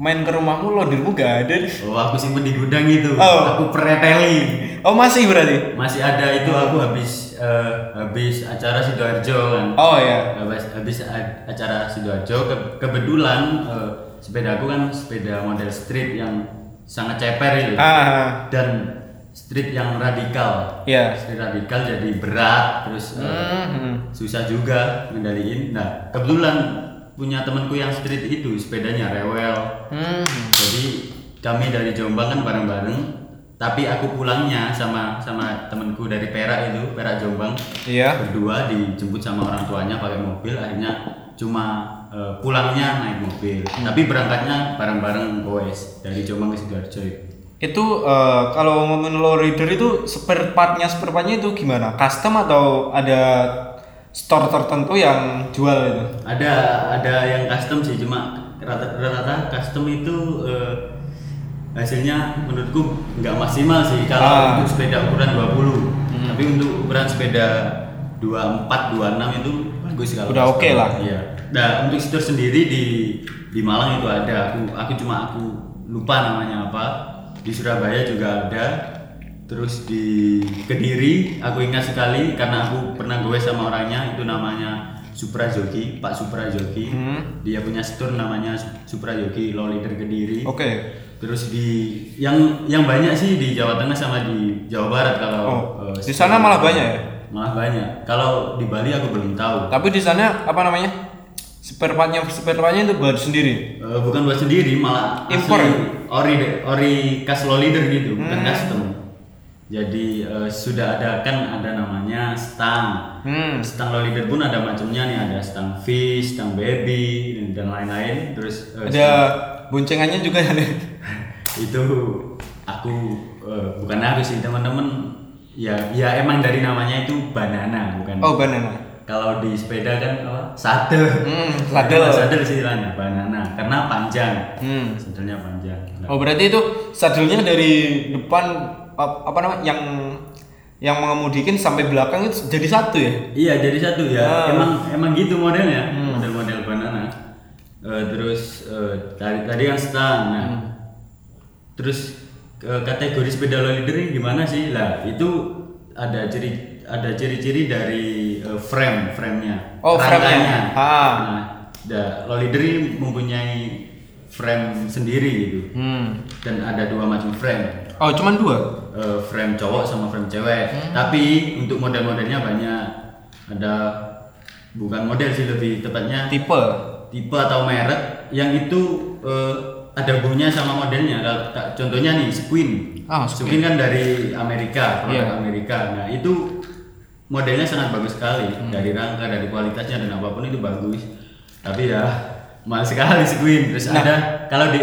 S1: main ke rumahmu loadermu gak ada. nih.
S2: Oh, aku simpen di gudang itu.
S1: Oh.
S2: Aku preteli.
S1: Oh masih berarti?
S2: Masih ada itu aku habis eh, habis acara Sidoarjo kan.
S1: Oh ya.
S2: Habis, habis a- acara Sidoarjo ke- kebetulan eh, sepeda aku kan sepeda model street yang sangat ceper itu.
S1: Ah,
S2: Dan street yang radikal.
S1: ya.
S2: Street radikal jadi berat terus eh,
S1: Hmm,
S2: susah juga ngendaliin nah kebetulan punya temanku yang street itu sepedanya rewel
S1: hmm.
S2: jadi kami dari Jombang kan bareng-bareng tapi aku pulangnya sama sama temanku dari Perak itu Perak Jombang
S1: Iya.
S2: berdua dijemput sama orang tuanya pakai mobil akhirnya cuma eh, pulangnya naik mobil tapi berangkatnya bareng-bareng boys dari Jombang ke sidoarjo
S1: Itu eh, kalau ngomongin low reader itu spare partnya spare partnya itu gimana? Custom atau ada store tertentu yang jual gitu? itu?
S2: ada ada yang custom sih cuma rata- rata-rata custom itu eh, hasilnya menurutku nggak maksimal sih
S1: Ah.
S2: kalau untuk sepeda ukuran 20 tapi untuk ukuran sepeda 24 26 itu bagus kalau
S1: Udah
S2: custom.
S1: oke lah.
S2: iya nah untuk situs sendiri di di Malang itu ada aku aku cuma aku lupa namanya apa di Surabaya juga ada terus di Kediri aku ingat sekali karena aku pernah gue sama orangnya itu namanya Supra Joki Pak Supra Joki
S1: Hmm.
S2: dia punya store namanya Supra Joki Law Leader Kediri
S1: Oke.
S2: terus di yang yang banyak sih di Jawa Tengah sama di Jawa Barat kalau
S1: Oh,
S2: eh,
S1: di sana malah banyak ya?
S2: malah banyak kalau di Bali aku belum tahu
S1: Tapi di sana apa namanya? Spare partnya spare partnya itu buat sendiri.
S2: Eh, bukan buat sendiri malah asli
S1: Impor? Hmm.
S2: ori ori khas law leader gitu bukan custom jadi eh, sudah ada kan ada namanya stang
S1: Hmm.
S2: stang law leader pun ada macamnya nih ada stang fish stang baby dan, dan lain-lain terus eh,
S1: Ada boncengannya juga ada.
S2: itu aku eh, bukan aku sih teman-teman ya ya emang dari namanya itu banana bukan
S1: Oh, banana.
S2: kalau di sepeda kan apa sadel
S1: Hmm, sadel.
S2: Bukan sadel sih istilahnya banana karena panjang
S1: Hmm.
S2: sadelnya panjang Nah,
S1: Oh, berarti itu sadelnya dari depan ap- apa namanya yang yang mengemudikin sampai belakang itu jadi satu ya?
S2: iya jadi satu ya
S1: Ah. Hmm.
S2: emang emang gitu modelnya model-model banana Eh, terus eh, tadi tadi kan stang nah
S1: Hmm.
S2: terus eh, kategori sepeda low leader ini gimana sih lah itu ada ciri ada ciri-ciri dari eh, frame framenya
S1: Oh, framenya. Ah.
S2: nah da, low leader ini mempunyai frame sendiri gitu
S1: Hmm.
S2: dan ada dua macam frame
S1: Oh, cuman dua.
S2: eh, frame cowok sama frame cewek.
S1: Hmm.
S2: Tapi untuk model-modelnya banyak. Ada bukan model sih lebih tepatnya
S1: Tipe.
S2: tipe atau merek yang itu eh, ada bunyinya sama modelnya. Kalau- ka- Contohnya nih Squin.
S1: Ah,
S2: Squin kan dari Amerika,
S1: Iya.
S2: produk Amerika. Nah, itu modelnya sangat bagus sekali
S1: Hmm.
S2: dari rangka, dari kualitasnya dan apapun itu bagus. Tapi ya mahal sekali Squin. Terus
S1: Nah.
S2: ada kalau di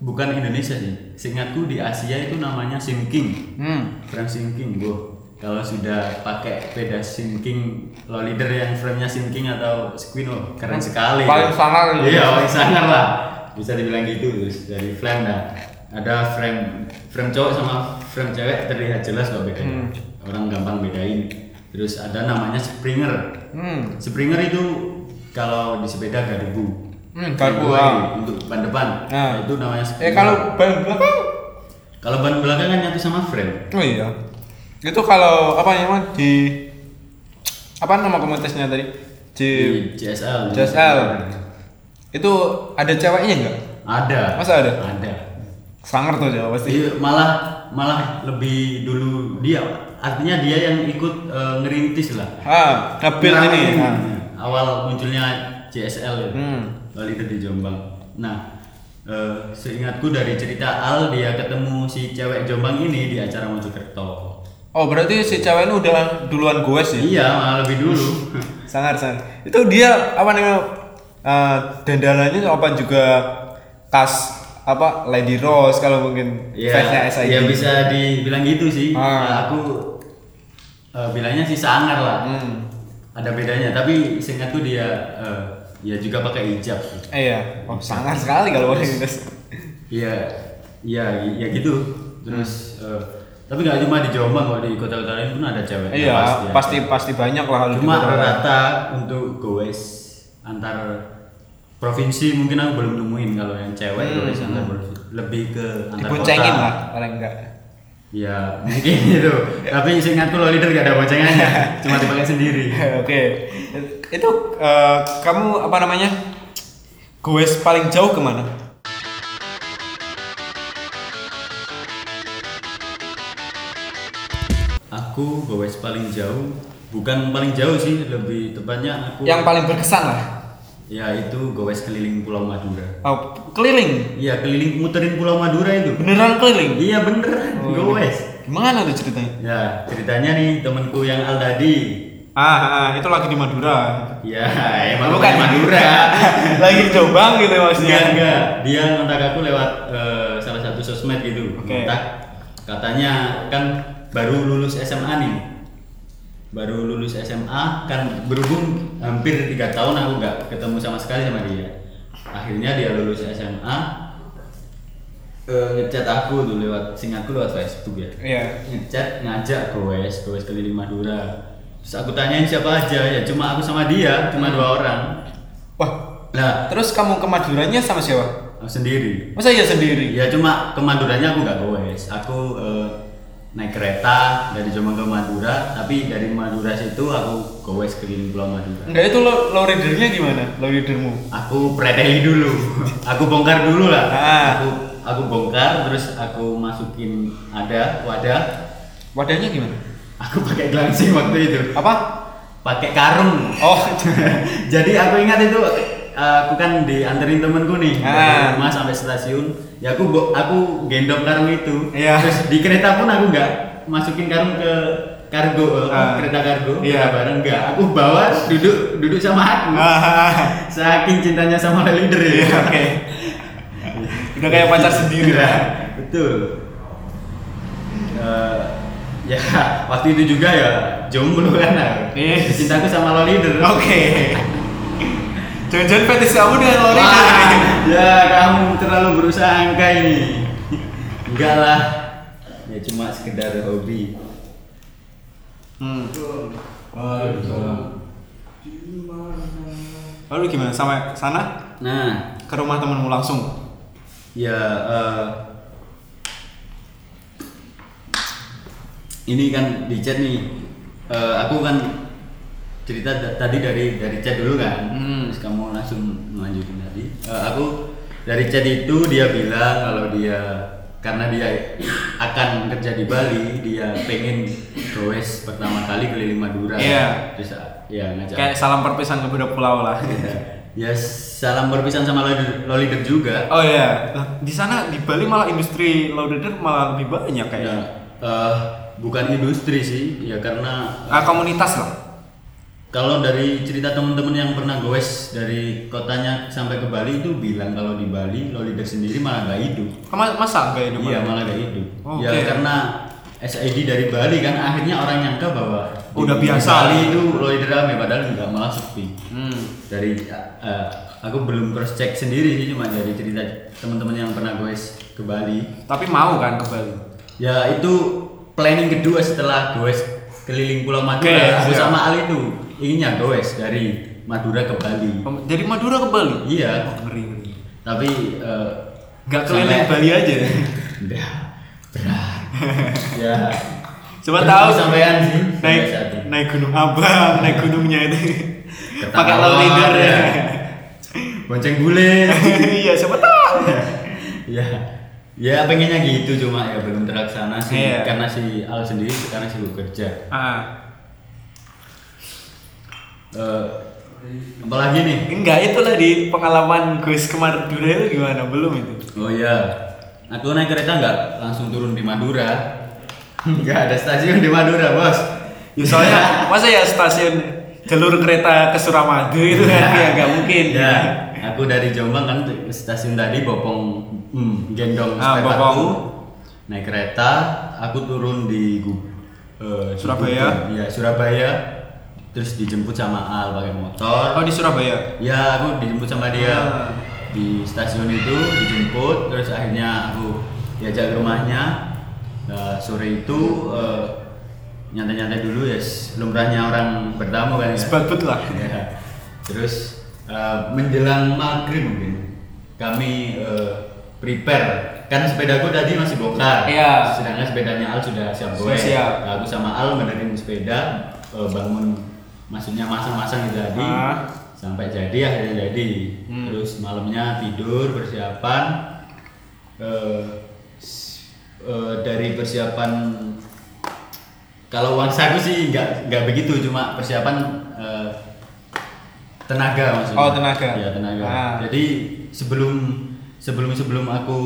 S2: bukan Indonesia sih. Seingatku di Asia itu namanya Sinking.
S1: Hmm.
S2: Frame sinking, bu. Kalau sudah pakai sepeda sinking, low leader yang frame-nya sinking atau squino, keren sekali.
S1: Paling sangar gitu.
S2: Iya, paling sangar lah. Bisa dibilang gitu terus dari frame dah. Ada frame frame cowok sama frame cewek terlihat jelas kok
S1: Hmm.
S2: bedanya. Orang gampang bedain. Terus ada namanya springer.
S1: Hmm.
S2: Springer itu kalau di sepeda garbu.
S1: Hmm, garbu,
S2: Itu
S1: ah.
S2: Untuk ban depan.
S1: Ah.
S2: Itu
S1: Eh
S2: namanya springer.
S1: kalau ban belakang?
S2: kalau ban belakang kan nyatu sama frame.
S1: Oh iya. Itu kalau apa namanya di ya, apa nama komunitasnya tadi? J
S2: Di JSL.
S1: JSL. Itu ada ceweknya nggak?
S2: Ada.
S1: Masa ada?
S2: Ada.
S1: Slanger tuh jawab pasti.
S2: Iya, malah malah lebih dulu dia. Artinya dia yang ikut eh, ngerintis lah.
S1: Ah, ngebel ini.
S2: Ngarahin
S1: Ah.
S2: Awal munculnya JSL ya.
S1: Hmm.
S2: Lalu itu di Jombang. Nah, eh, seingatku dari cerita Al dia ketemu si cewek Jombang ini di acara Mojokerto.
S1: Oh berarti si cewek ini udah duluan gue sih.
S2: Iya, malah lebih dulu.
S1: Sangat sangat. Itu dia apa namanya? eh, dandanannya apa juga khas apa Lady Rose kalau mungkin
S2: Ya,
S1: size-nya SID.
S2: ya bisa dibilang gitu sih.
S1: Ah.
S2: Ya, aku eh, bilangnya sih sangar lah.
S1: Hmm.
S2: Ada bedanya, tapi seingatku dia eh, ya juga pakai hijab.
S1: Eh, Iya, oh, sangat sekali kalau orang Inggris.
S2: Iya, iya, ya gitu. Terus
S1: Hmm.
S2: eh, tapi nggak cuma di Jombang, kalau di kota-kota lain pun ada cewek.
S1: Iya,
S2: pasti ada.
S1: pasti pasti banyak lah kalau gitu.
S2: Cuma
S1: kita-
S2: rata untuk goes antar provinsi mungkin aku belum nemuin kalau yang cewek goes antar provinsi. lebih ke antar
S1: diboncengin
S2: kota.
S1: Hmm. lah paling enggak.
S2: Ya mungkin itu. Tapi seingatku lo leader gak ada boncengannya, cuma dipakai sendiri.
S1: Iya, Oke. Itu eh, kamu apa namanya? Goes paling jauh kemana?
S2: Aku gowes paling jauh, bukan paling jauh sih, lebih tepatnya aku.
S1: Yang paling berkesan lah.
S2: Ya itu gowes keliling Pulau Madura.
S1: Oh, keliling.
S2: Iya keliling muterin Pulau Madura itu.
S1: Beneran keliling.
S2: Iya bener,
S1: Oh,
S2: gowes.
S1: Gimana tuh ceritanya?
S2: Ya ceritanya nih temanku yang Al tadi.
S1: Ah, ah, itu lagi di Madura.
S2: Ya emang
S1: Bukan.
S2: bukan Madura.
S1: lagi di Jombang gitu
S2: Enggak,
S1: maksudnya.
S2: enggak. Dia ngontak aku lewat eh, salah satu sosmed gitu.
S1: Oke.
S2: Ngontak. Katanya kan baru lulus SMA nih. Baru lulus SMA kan berhubung hampir tiga tahun aku nggak ketemu sama sekali sama dia. Akhirnya dia lulus SMA eh, ngechat aku tuh lewat singapura lewat Facebook ya
S1: Iya.
S2: ngechat ngajak goes goes keliling Madura terus aku tanyain siapa aja ya cuma aku sama dia cuma dua orang
S1: Wah,
S2: nah
S1: terus kamu ke Maduranya sama siapa?
S2: aku sendiri
S1: Masa iya sendiri?
S2: Ya cuma ke Maduranya aku nggak goes. Aku eh, naik kereta dari Jombang ke Madura, tapi dari Madura situ aku goes keliling Pulau Madura.
S1: Enggak itu lo lo readernya gimana? Lo readermu?
S2: Aku preteli dulu, aku bongkar dulu lah.
S1: Ah.
S2: Aku aku bongkar terus aku masukin ada wadah.
S1: Wadahnya gimana?
S2: Aku pakai gelangsing waktu itu,
S1: Apa?
S2: pakai karung.
S1: Oh,
S2: Jadi aku ingat itu aku kan dianterin temenku nih
S1: Ah.
S2: dari rumah sampai stasiun. Ya aku bo- aku gendong karung itu.
S1: Iya.
S2: Terus di kereta pun aku nggak masukin karung ke kargo eh,
S1: Ah.
S2: kereta kargo
S1: Iya.
S2: kereta barang nggak. Aku bawa duduk duduk sama aku.
S1: Ah, Iya,
S2: Saking cintanya sama leader ya.
S1: oke. Udah kayak pacar sendiri
S2: Iya,
S1: lah.
S2: Betul. Eh, ya waktu itu juga ya jomblo kan aku.
S1: Yes.
S2: Cintaku sama lo leader.
S1: Oke. Jangan-jangan fetish kamu dengan Lori
S2: Wah, ya kamu terlalu berusaha angka ini. Enggak lah. Ya cuma sekedar hobi.
S1: Hmm. Lalu gimana sampai sana
S2: Nah,
S1: ke rumah temenmu langsung?
S2: ya eh, ini kan di chat nih. Eh, aku kan cerita da- tadi dari dari chat dulu kan.
S1: Hmm.
S2: Terus kamu langsung melanjutin tadi. Eh, aku dari chat itu dia bilang kalau dia karena dia akan kerja di Bali, dia pengen goes pertama kali keliling Madura.
S1: Iya. Kan-
S2: Terus ya ngajak
S1: Kayak salam perpisahan kepada pulau lah.
S2: ya salam berpisahan sama Lolider, Lolider juga
S1: Oh iya, Lah, di sana di Bali malah industri laudader malah lebih banyak
S2: ya
S1: kayak.
S2: eh, bukan industri sih ya karena
S1: Ah, komunitas lah.
S2: kalau dari cerita teman-teman yang pernah goes dari kotanya sampai ke Bali itu bilang kalau di Bali Lolider sendiri malah gak hidup
S1: Kema- Masa enggak ya hidup?
S2: iya malah gak hidup
S1: Oh,
S2: ya
S1: oke.
S2: karena SID dari Bali kan akhirnya orang nyangka bahwa di-
S1: Oh, Udah
S2: di
S1: biasa.
S2: Bali itu Lolider rame padahal enggak malah sepi
S1: Hmm.
S2: dari eh, aku belum cross check sendiri sih cuma dari cerita teman-teman yang pernah goes ke Bali
S1: Tapi mau kan ke Bali?
S2: Ya itu planning kedua setelah goes keliling Pulau Madura.
S1: Oke,
S2: aku
S1: siap.
S2: sama Al itu inginnya goes dari Madura ke Bali.
S1: Pem- Dari Madura ke Bali?
S2: Iya,
S1: Oh, ngeri ngeri.
S2: tapi eh,
S1: Nggak keliling
S2: sampai-
S1: Bali aja.
S2: Nggak, berat. ya
S1: Coba tahu
S2: sampean sih sampai
S1: naik
S2: saat ini.
S1: naik gunung abang, naik gunungnya itu.
S2: Ketawa,
S1: Pakai lowrider ya.
S2: ya. bonceng bule
S1: Iya, siapa tahu.
S2: ya ya pengennya gitu cuma ya belum terlaksana sih
S1: Iya.
S2: karena si Al sendiri sekarang sibuk kerja
S1: Ah,
S2: Eh, apalagi nih
S1: enggak itu di pengalaman Gus ke Madura itu gimana? Belum itu.
S2: Oh iya, aku naik kereta nggak langsung turun di Madura. Nggak ada stasiun di Madura bos.
S1: Ya soalnya masa ya stasiun jalur kereta ke Suramadu itu kan ya nggak mungkin.
S2: Ya, aku dari Jombang kan ke stasiun tadi Bopong hmm, gendong
S1: Ah,
S2: spare
S1: Bopong.
S2: aku, naik kereta, aku turun di Gu- eh, di
S1: Surabaya.
S2: Gugur. Iya Surabaya, terus dijemput sama Al pakai motor.
S1: Oh di Surabaya.
S2: Ya aku dijemput sama dia
S1: Ah.
S2: di stasiun itu dijemput terus akhirnya aku diajak ke rumahnya Nah, sore itu eh, nyantai-nyantai dulu ya yes. lumrahnya orang bertamu kan ya.
S1: Sebatut lah.
S2: Ya. Terus eh, menjelang maghrib mungkin kami eh, prepare karena sepedaku tadi masih bongkar.
S1: Iya.
S2: Sedangkan sepedanya Al sudah siap
S1: Sudah
S2: gue.
S1: siap.
S2: Nah, aku sama Al benerin sepeda eh, bangun maksudnya masang-masang itu tadi
S1: Ah.
S2: sampai jadi akhirnya jadi.
S1: Hmm.
S2: Terus malamnya tidur persiapan eh, s- eh, dari persiapan kalau wangsaku sih nggak nggak begitu cuma persiapan eh, tenaga maksudnya
S1: Oh, tenaga.
S2: Iya, tenaga
S1: Ah.
S2: jadi sebelum sebelum sebelum aku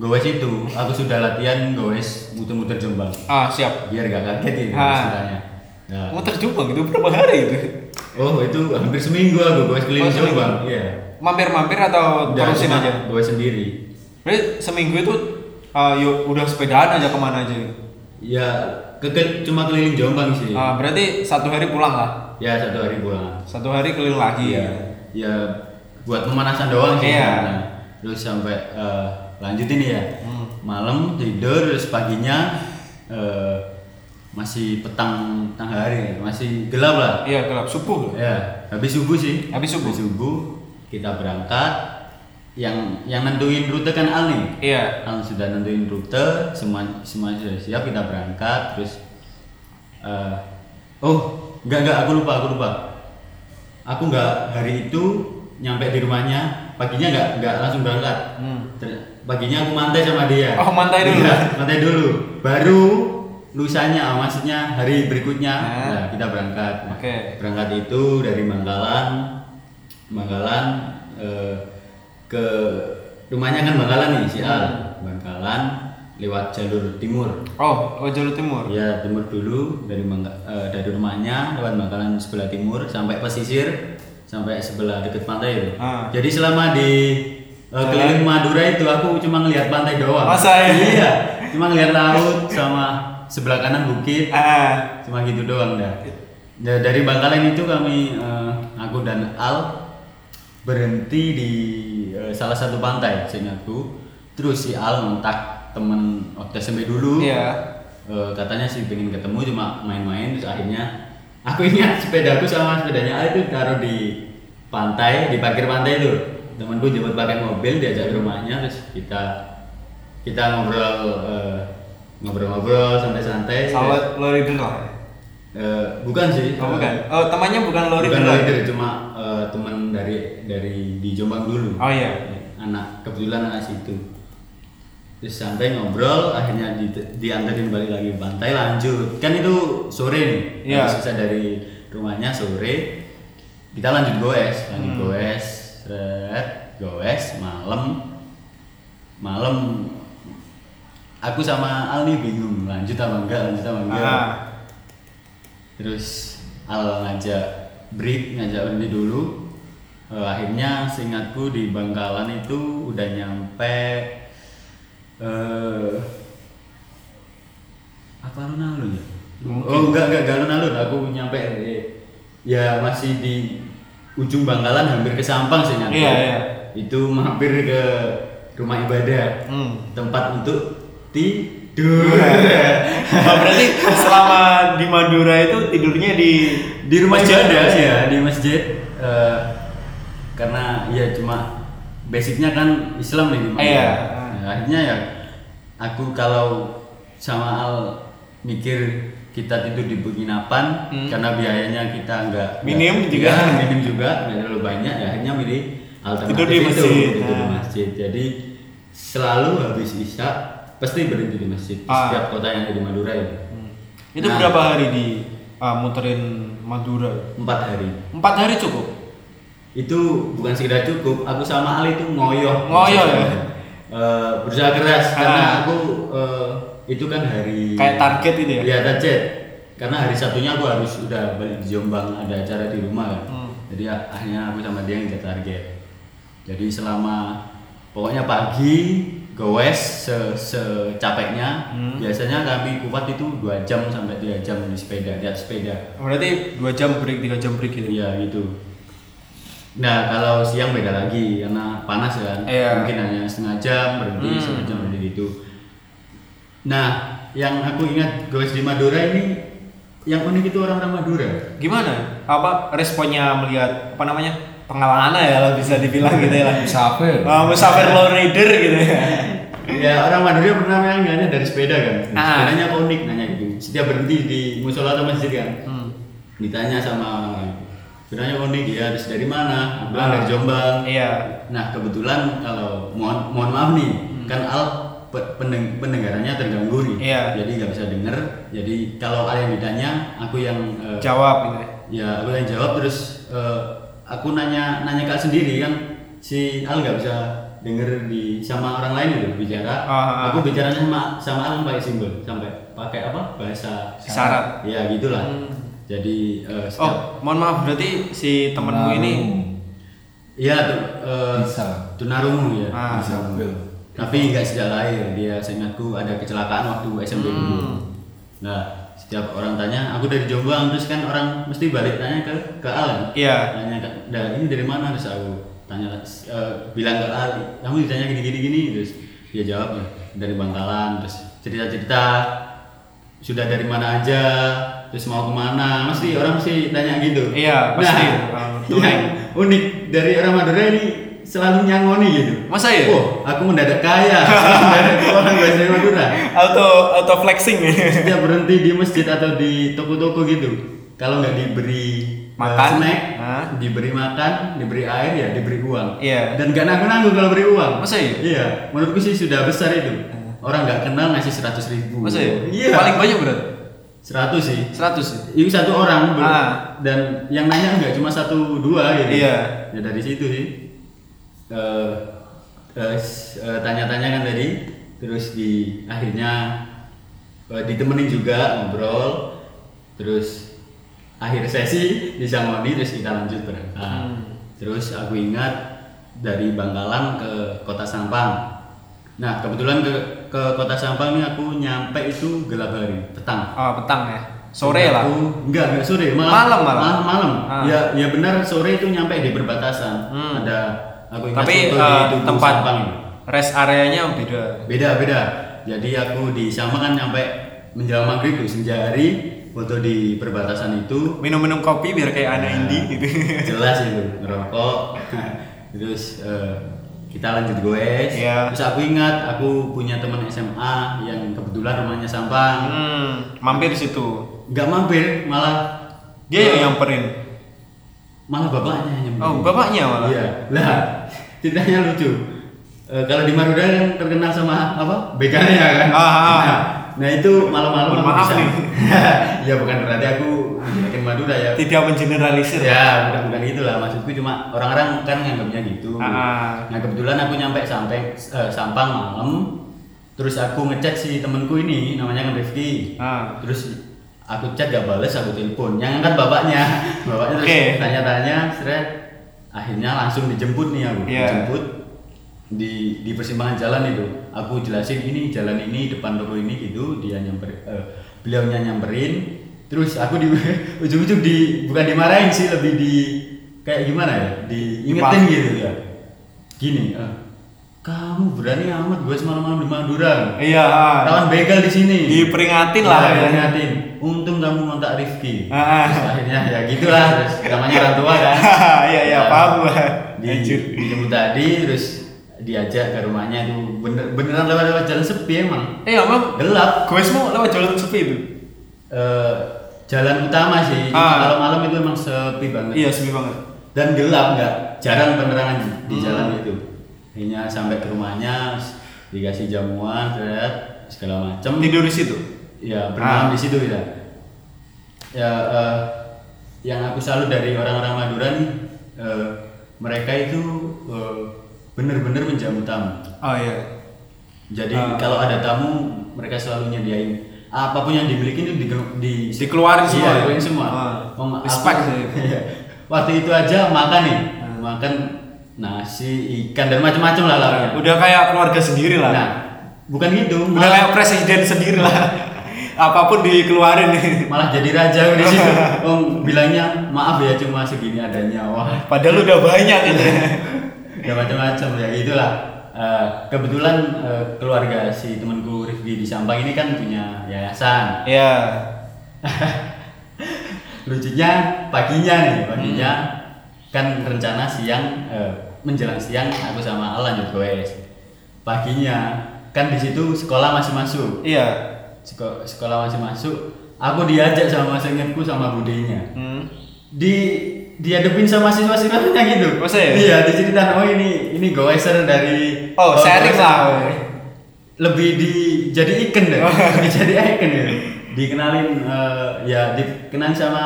S2: gowes itu aku sudah latihan gowes muter-muter jombang
S1: Ah siap.
S2: biar gak kaget ini
S1: Ah.
S2: istilahnya Nah,
S1: Mau terjumpa gitu berapa hari itu?
S2: oh itu hampir seminggu aku gowes
S1: Oh,
S2: keliling
S1: seminggu.
S2: jombang iya
S1: Mampir-mampir atau
S2: Nggak,
S1: terusin
S2: cuma
S1: aja?
S2: gowes sendiri
S1: Berarti seminggu itu uh, yuk udah sepedaan aja kemana aja? gitu?
S2: ya keke- cuma keliling jombang sih
S1: Ah, berarti satu hari pulang lah.
S2: ya satu hari pulang
S1: Satu hari keliling lagi.
S2: Iya. Ya buat pemanasan doang sih.
S1: Iya.
S2: sebenarnya. Terus sampai eh, lanjutin ya.
S1: Hmm.
S2: Malam tidur terus paginya eh, masih petang petang hari masih gelap lah.
S1: Iya gelap subuh.
S2: Ya, habis subuh sih.
S1: Habis subuh.
S2: kita berangkat. Yang yang nentuin rute kan Al nih.
S1: Iya.
S2: Al sudah nentuin rute, semua semua sudah siap kita berangkat terus eh, oh enggak enggak aku lupa aku lupa aku enggak hari itu nyampe di rumahnya paginya enggak enggak langsung berangkat
S1: Hmm.
S2: Ter- paginya aku mantai sama dia
S1: Oh, mantai dulu.
S2: Iya, mantai dulu baru lusanya ah, maksudnya hari berikutnya
S1: Nah.
S2: nah, kita berangkat Nah,
S1: Oke.
S2: berangkat itu dari Manggalan Manggalan eh, ke rumahnya kan Bangkalan nih si Al
S1: Hmm.
S2: Bangkalan lewat jalur timur
S1: Oh, oh jalur timur.
S2: ya timur dulu dari Mangga- eh, dari rumahnya lewat Bangkalan sebelah timur sampai pesisir sampai sebelah dekat pantai itu.
S1: Ah.
S2: Jadi selama di eh,
S1: Jalan.
S2: keliling Madura itu aku cuma ngelihat pantai doang.
S1: Masa ya?
S2: Iya, cuma ngelihat laut sama sebelah kanan bukit,
S1: Ah,
S2: cuma gitu doang dah. Da- dari Bangkalan itu kami eh, aku dan Al berhenti di eh, salah satu pantai seingatku. Terus si Al ngontak temen waktu SMP dulu.
S1: iya.
S2: Eh, katanya sih pengen ketemu cuma main-main terus akhirnya aku ingat sepedaku sama sepedanya Ali itu taruh di pantai di parkir pantai itu temanku jemput pakai mobil diajak ke rumahnya terus kita kita ngobrol eh, ngobrol-ngobrol santai-santai Terus,
S1: Salah lori rider lah.
S2: eh, bukan sih Eh,
S1: Oh bukan. Oh temannya bukan lori
S2: bukan
S1: rider.
S2: Lori Rider, cuma eh, teman dari dari di Jombang dulu
S1: Oh iya.
S2: anak kebetulan anak situ terus sampai ngobrol akhirnya di, dianterin balik lagi ke pantai lanjut kan itu sore nih
S1: Iya.
S2: Habis selesai dari rumahnya sore kita lanjut goes lanjut
S1: Hmm.
S2: goes seret, goes malam malam aku sama Al nih bingung lanjut apa enggak lanjut apa enggak
S1: Ah.
S2: terus Al ngajak break ngajak berhenti dulu Eh, akhirnya seingatku di Bangkalan itu udah nyampe eh apa alun-alun ya
S1: Mungkin.
S2: oh enggak enggak enggak alun-alun aku nyampe eh, ya masih di ujung Bangkalan hampir ke Sampang seingatku
S1: Iya, iya.
S2: itu mampir ke rumah ibadah
S1: Hmm.
S2: tempat untuk tidur
S1: Oh, berarti selama di Madura itu tidurnya di
S2: di rumah ibadah ya di masjid eh, karena ya cuma basicnya kan Islam nih di Madura.
S1: Iya.
S2: Nah, akhirnya ya aku kalau ya, sama Al mikir kita tidur di penginapan karena biayanya kita nggak
S3: Hmm.
S2: nggak-
S3: Minim juga.
S2: nggak minim juga nggak terlalu banyak ya akhirnya milih alternatif
S3: Tidur di
S2: itu,
S3: masjid,
S2: tidur di
S3: nah.
S2: masjid jadi selalu habis isya pasti berhenti di masjid di
S3: Ah. Hmm.
S2: setiap kota yang ada di Madura ya
S3: Itu
S2: Nah.
S3: berapa hari di ah, muterin Madura?
S2: empat hari
S3: Empat hari cukup.
S2: itu bukan sekedar cukup aku sama Ali itu ngoyoh
S3: Ngoyoh, ya?
S2: Eh, berusaha keras
S3: Ah.
S2: karena aku eh, itu kan hari
S3: Kayak target itu ya?
S2: iya target karena hari satunya aku harus udah balik di Jombang ada acara di rumah kan
S3: Hmm.
S2: jadi ah- akhirnya aku sama dia ngejar target jadi selama pokoknya pagi gowes se secapeknya
S3: Hmm.
S2: biasanya kami kuat itu dua jam sampai tiga jam di sepeda di atas sepeda
S3: Berarti dua jam break, tiga jam break gitu.
S2: Iya gitu. Nah kalau siang beda lagi karena panas kan,
S3: Iya.
S2: mungkin hanya setengah jam berhenti,
S3: Hmm.
S2: setengah jam berhenti gitu. Nah yang aku ingat goes di Madura ini yang unik itu orang-orang Madura.
S3: Gimana? Apa responnya melihat apa namanya pengalaman ya lah bisa dibilang gitu ya lah.
S1: Musafir.
S3: Ah, musafir low rider gitu ya.
S2: Ya orang Madura pernah bilang nanya dari sepeda kan,
S3: Ah.
S2: sepedanya kok unik nanya gitu. Setiap berhenti di musola atau masjid kan, ditanya sama orang-orang. Sepedanya kok unik ya, habis dari mana? Aku bilang
S3: Ah.
S2: dari Jombang.
S3: Iya.
S2: Nah kebetulan kalau mohon mohon maaf nih kan Al pe- pendeng- pendengarannya terganggu nih,
S3: Hmm. Iya.
S2: jadi nggak bisa denger. Jadi kalau kalian ditanya, aku yang eh,
S3: Jawab gitu. ya.
S2: ya aku yang jawab terus eh, aku nanya nanya kak sendiri kan si Al nggak bisa denger di sama orang lain itu bicara.
S3: Ah, ah, ah.
S2: Aku bicaranya sama sama Al pakai simbol sampai pakai apa bahasa
S3: Isyarat.
S2: Ya gitulah. Jadi eh,
S3: Hmm. Oh,
S2: setiap-
S3: mohon maaf berarti si temenmu ini
S2: Iya tuh eh,
S1: Bisa.
S2: tunarungu ya.
S3: Ah.
S1: Musafir.
S2: Tapi nggak sejak lahir dia seingatku ada kecelakaan waktu SMP
S3: Hmm.
S2: dulu. Nah setiap orang tanya aku dari Jombang terus kan orang mesti balik tanya ke ke Al. kan?
S3: Iya.
S2: Tanya ke, "Dah, ini dari mana terus aku tanya eh, bilang ke Al, kamu ditanya gini gini gini terus dia jawab "Ya, dari Bangkalan terus cerita cerita sudah dari mana aja terus mau kemana mesti orang mesti tanya gitu
S3: Iya, pasti. Ah, betul.
S2: yang unik dari orang Madura ini selalu nyangoni gitu
S3: Masa ya?
S2: Wah, aku mendadak kaya mendadak kaya orang bahasa Madura
S3: auto auto flexing ya.
S2: setiap berhenti di masjid atau di toko-toko gitu kalau nggak diberi eh,
S3: Makan.
S2: snack
S3: Hah?
S2: diberi makan diberi air ya diberi uang
S3: Iya.
S2: dan nggak nanggung-nanggung kalau beri uang
S3: Masa ya?
S2: iya menurutku sih sudah besar itu orang nggak kenal ngasih seratus ribu
S3: Masa ya?
S2: iya
S3: Paling banyak berat.
S2: seratus sih
S3: 100 ya.
S2: Ini satu orang Bro.
S3: Ah.
S2: dan yang nanya nggak cuma satu dua gitu.
S3: Iya.
S2: Ya dari situ sih. Eh, eh, s- eh, tanya-tanya kan tadi, terus di akhirnya eh, ditemenin juga ngobrol, terus akhir sesi di Sangoni terus kita lanjut berangkat.
S3: Hmm.
S2: Terus aku ingat dari Bangkalan ke Kota Sampang. Nah kebetulan ke ke Kota Sampang ini aku nyampe itu gelap hari petang
S3: Ah, petang ya. Sore
S2: Iya.
S3: lah.
S2: aku enggak enggak sore malam
S3: Malam, malam.
S2: malam, malam.
S3: Ah.
S2: ya ya benar sore itu nyampe di perbatasan
S3: Hmm.
S2: ada aku ingat
S3: Tapi
S2: foto
S3: eh,
S2: Tugu
S3: tempat
S2: Sampang itu.
S3: rest areanya beda.
S2: beda beda jadi aku di Sampang kan nyampe menjelang maghrib tuh senja hari foto di perbatasan itu Eh,
S3: Minum-minum kopi biar
S2: Iya.
S3: kayak anak indie gitu.
S2: jelas itu ngerokok terus eh, kita lanjut goes
S3: Iya.
S2: terus aku ingat aku punya teman SMA yang kebetulan rumahnya Sampang
S3: Hmm, mampir situ.
S2: nggak mampir malah
S3: Dia
S2: eh,
S3: yang nyamperin.
S2: malah bapaknya yang
S3: Oh,
S2: beli.
S3: bapaknya malah?
S2: iya lah ceritanya lucu Eh, kalau di Madura kan terkenal sama apa bekannya kan
S3: Ah, ah, ah.
S2: Nah, nah itu malam-malam
S3: Mohon
S2: aku
S3: maaf nih.
S2: ya bukan berarti aku menjelekin Madura ya
S3: Tidak mengeneralisir.
S2: ya bukan bukan itulah maksudku cuma orang-orang kan nganggapnya gitu
S3: Ah, ah.
S2: nah kebetulan aku nyampe sampai eh, Sampang malam terus aku ngechat si temenku ini namanya kan Rifki
S3: Ah.
S2: terus aku chat gak bales aku telepon yang angkat bapaknya bapaknya terus
S3: Oke.
S2: tanya-tanya seret akhirnya langsung dijemput nih aku
S3: Iya.
S2: dijemput di di persimpangan jalan itu aku jelasin ini jalan ini depan toko ini gitu dia nyamper eh, beliaunya nyamperin terus aku di ujung-ujung di bukan dimarahin sih lebih di kayak gimana ya diingetin
S3: Dipak-
S2: gitu ya gini eh, kamu berani amat gue semalam-malam di Madura
S3: Iya, ah.
S2: rawan begal di sini
S3: Diperingatin lah,
S2: Iya,
S3: ya.
S2: diperingatin untung kamu ngontak Rifki
S3: Ah.
S2: Terus akhirnya ya gitulah terus namanya orang tua kan
S3: Iya, iya, paham gua.
S2: di
S3: Anjir.
S2: dijemput tadi terus diajak ke rumahnya itu bener beneran lewat lewat jalan sepi emang
S1: Eh emang
S2: gelap
S1: goesmu lewat jalan sepi itu?
S2: Eh, jalan utama sih
S1: Ah.
S2: malam-malam itu emang sepi banget
S1: Iya sepi banget.
S2: dan gelap nggak jarang penerangan di, di
S1: Hmm.
S2: jalan itu akhirnya sampai ke rumahnya s- dikasih jamuan seret, segala macam
S1: Tidur di situ.
S2: ya bermalam
S1: Ah.
S2: di situ ya ya eh, yang aku salut dari orang-orang Madura nih eh, mereka itu eh, benar-benar menjamu tamu
S1: Oh iya.
S2: jadi
S1: Ah.
S2: kalau ada tamu mereka selalu nyediain apapun yang dimiliki itu di, di
S1: Dikeluarin
S2: Iya,
S1: semua ya?
S2: dikeluarin semua.
S1: Ah.
S2: Oh, nggak-
S1: Respect
S2: aku-
S1: sih. Ah.
S2: Iya. Waktu itu aja makan nih, makan nasi ikan dan macam-macam lah lah.
S1: Udah kayak keluarga sendiri lah.
S2: Iya. Nah, bukan gitu,
S1: Udah
S2: malah,
S1: kayak presiden sendiri lah. Apapun dikeluarin nih.
S2: malah jadi raja di situ. Om bilangnya maaf ya cuma segini adanya. Wah,
S1: Padahal udah banyak gitu.
S2: ya macam-macam ya itulah Eh, kebetulan eh, keluarga si temanku Rifki di Sampang ini kan punya yayasan
S1: Iya.
S2: lucunya paginya nih paginya kan rencana siang eh, menjelang siang aku sama Al lanjut goes paginya kan di situ sekolah masih masuk
S1: Iya.
S2: Seko- sekolah masih masuk aku diajak sama seniorku sama budenya
S1: Hmm.
S2: di dihadapin sama siswa siswanya gitu
S1: Masa ya?
S2: iya diceritain oh ini ini goeser dari
S1: Oh, sharing
S2: goeser."
S1: lah. Oh.
S2: lebih dijadi ikan ya? deh dijadi icon ya dikenalin eh, ya dikenalin sama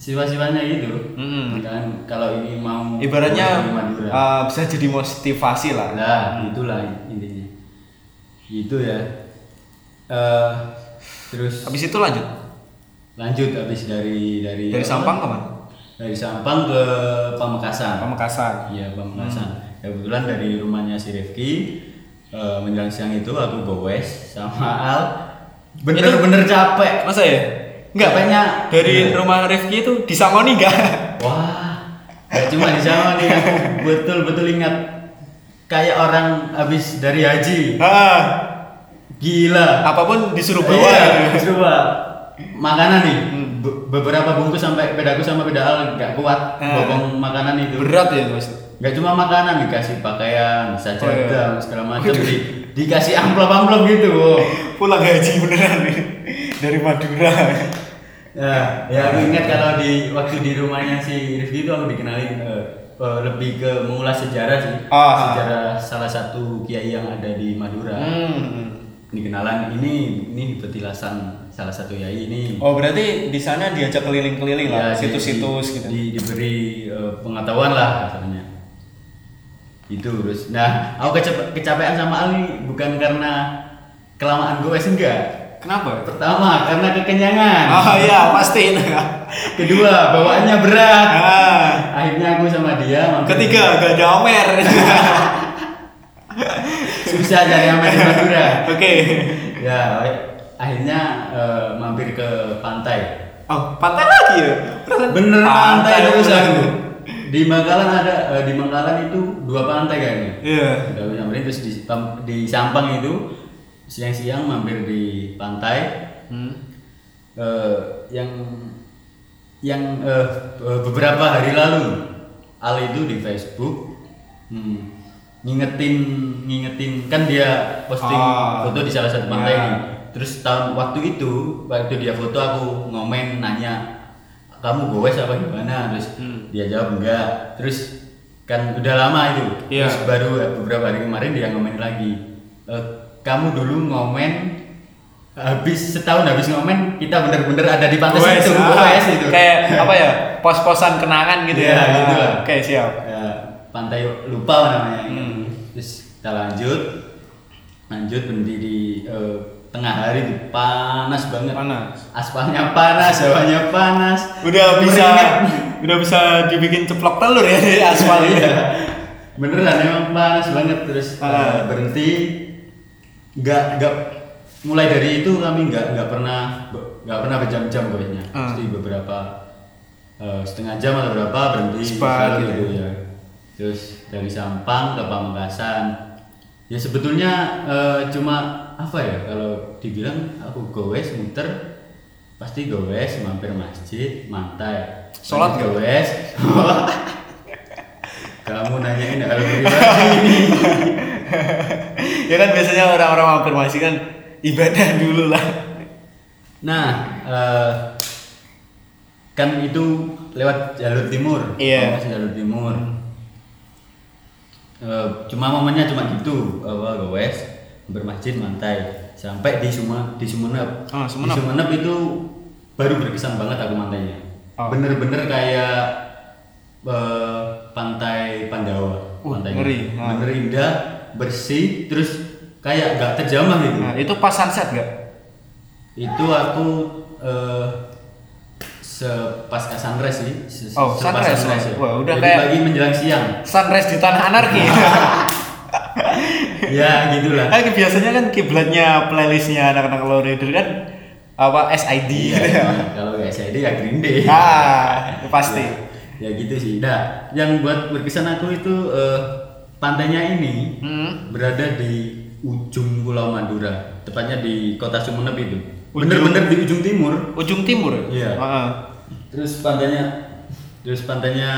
S2: siswa-siswanya gitu
S1: Mm-mm.
S2: kan kalau ini mau
S1: Ibaratnya
S2: mau Madura.
S1: uh, bisa jadi motivasi lah.
S2: Iya, Nah, itulah intinya. Gitu ya. Eh, terus
S1: Habis itu lanjut.
S2: Nah. lanjut habis dari dari
S1: Dari
S2: apa?
S1: Sampang ke mana?
S2: Dari Sampang ke Pamekasan.
S1: Pamekasan. Hmm.
S2: Iya, Pamekasan. Ya, kebetulan dari rumahnya si Rifki eh, menjelang siang itu aku gowes sama Al. Bener-bener capek.
S1: Masa ya? Enggak.
S2: Capeknya Iya.
S1: Dari rumah Rifki itu di Sangoni enggak?
S2: Wah, gak cuma di sana nih aku betul-betul ingat kayak orang habis dari haji.
S1: Ah,
S2: Gila.
S1: apapun disuruh bawa.
S2: Iya,
S1: ya.
S2: coba makanan nih.
S1: Hmm.
S2: Be- beberapa bungkus sampai pedaku sama pedal nggak kuat
S1: Eh.
S2: bobong makanan itu.
S1: Berat ya mas.
S2: Nggak cuma makanan dikasih pakaian,
S1: Oh, iya.
S2: sajadah, segala macam di, dikasih amplop-amplop gitu.
S1: Pulang haji beneran nih. dari Madura.
S2: Ya, ya aku ingat kalau di waktu di rumahnya si Rifki itu aku dikenalin eh, eh, lebih ke mengulas sejarah sih.
S1: Ah.
S2: Sejarah salah satu kiai yang ada di Madura.
S1: Hmm.
S2: Ini kenalan ini ini petilasan salah satu kiai ini.
S1: Oh berarti di sana diajak keliling-keliling
S2: Ya,
S1: lah,
S2: di-
S1: situs-situs
S2: di-
S1: gitu.
S2: di- diberi eh, pengetahuan lah katanya itu terus nah aku kecep- kecapean sama Ali bukan karena kelamaan gue enggak
S1: Kenapa?
S2: pertama karena kekenyangan
S1: Ah iya pasti.
S2: kedua bawaannya berat
S1: Ah.
S2: akhirnya aku sama dia mampir-
S1: Ketiga gak ada Omer.
S2: susah cari yang main di Madura
S1: Oke.
S2: ya akhirnya eh, mampir ke pantai
S1: Oh pantai lagi ya? Perasaan- gitu.
S2: bener pantai terus
S1: bener.
S2: aku di Bangkalan ada eh, di Bangkalan itu dua pantai kayaknya
S1: Iya.
S2: udah aku nyamperin terus di Pam- di Sampang itu siang-siang mampir di pantai
S1: Hmm.
S2: Eh, yang yang eh, be- beberapa hari lalu Al itu di Facebook hmm, ngingetin ngingetin kan dia posting
S1: Ah.
S2: foto di salah satu pantai
S1: Ya.
S2: nih. terus tahun waktu itu waktu dia foto aku ngomen nanya kamu goes apa gimana terus
S1: Hmm.
S2: dia jawab enggak terus kan udah lama itu
S1: Iya.
S2: terus baru beberapa hari kemarin dia ngomen lagi "Eh, kamu dulu ngomen habis setahun habis ngomen kita bener-bener ada di pantai
S1: Goes,
S2: situ
S1: ah.
S2: goes itu
S1: Kayak apa ya? Pos-posan kenangan gitu
S2: Iya,
S1: ya.
S2: gitu lah.
S1: Oke, siap.
S2: Ya, pantai lupa namanya
S1: Hmm.
S2: terus kita lanjut lanjut berhenti di eh, tengah hari tuh panas banget
S1: Panas.
S2: aspalnya panas hawanya panas
S1: udah bisa
S2: Keringat.
S1: udah bisa dibikin ceplok telur ya dari aspal ini
S2: Iya. beneran emang panas banget terus
S1: Ah.
S2: eh, berhenti nggak nggak mulai dari itu kami nggak nggak pernah nggak pernah berjam-jam pokoknya
S1: Ah.
S2: pasti beberapa eh, setengah jam atau berapa berhenti
S1: Sepat
S2: selalu
S1: gitu.
S2: gitu ya terus dari Sampang ke Pamekasan ya sebetulnya eh, cuma apa ya kalau dibilang aku gowes muter pasti gowes mampir masjid mantai
S1: Sholat
S2: gowes Kamu nanyain hal pribadi.
S1: ya kan biasanya orang-orang afirmasi kan ibadah dulu lah
S2: Nah, eh, kan itu lewat jalur timur.
S1: Iya.
S2: Komunikasi jalur timur. Eh, cuma momennya cuma gitu, apa gowes, bermasjid mantai sampai di Suma di Sumenep.
S1: Ah, Sumenep.
S2: Di Sumenep itu baru berkesan banget aku mantainya.
S1: Oh.
S2: Bener-bener kayak eh, pantai Pandawa.
S1: Uh,
S2: pantainya.
S1: ngeri. Ah.
S2: Bener indah, bersih, terus kayak gak terjamah gitu
S1: nah itu pas sunset gak?
S2: itu aku eh sepas sunrise sih se-
S1: Oh,
S2: sepas
S1: sunrise,
S2: sunrise ya.
S1: wah, udah
S2: Jadi
S1: kayak-
S2: pagi menjelang siang
S1: sunrise di tanah anarki
S2: ya gitulah
S1: kan biasanya kan kiblatnya playlistnya anak-anak low reader kan apa SID gitu
S2: Iya,
S1: ya.
S2: emang. kalau nggak SID ya Green Day
S1: ah pasti
S2: ya, ya gitu sih nah yang buat berkesan aku itu eh, pantainya ini
S1: Hmm.
S2: berada di ujung Pulau Madura tepatnya di kota Sumeneb itu
S1: Ujung-
S2: bener-bener di ujung timur
S1: ujung timur ya?
S2: Iya.
S1: Heeh.
S2: terus pantainya terus pantainya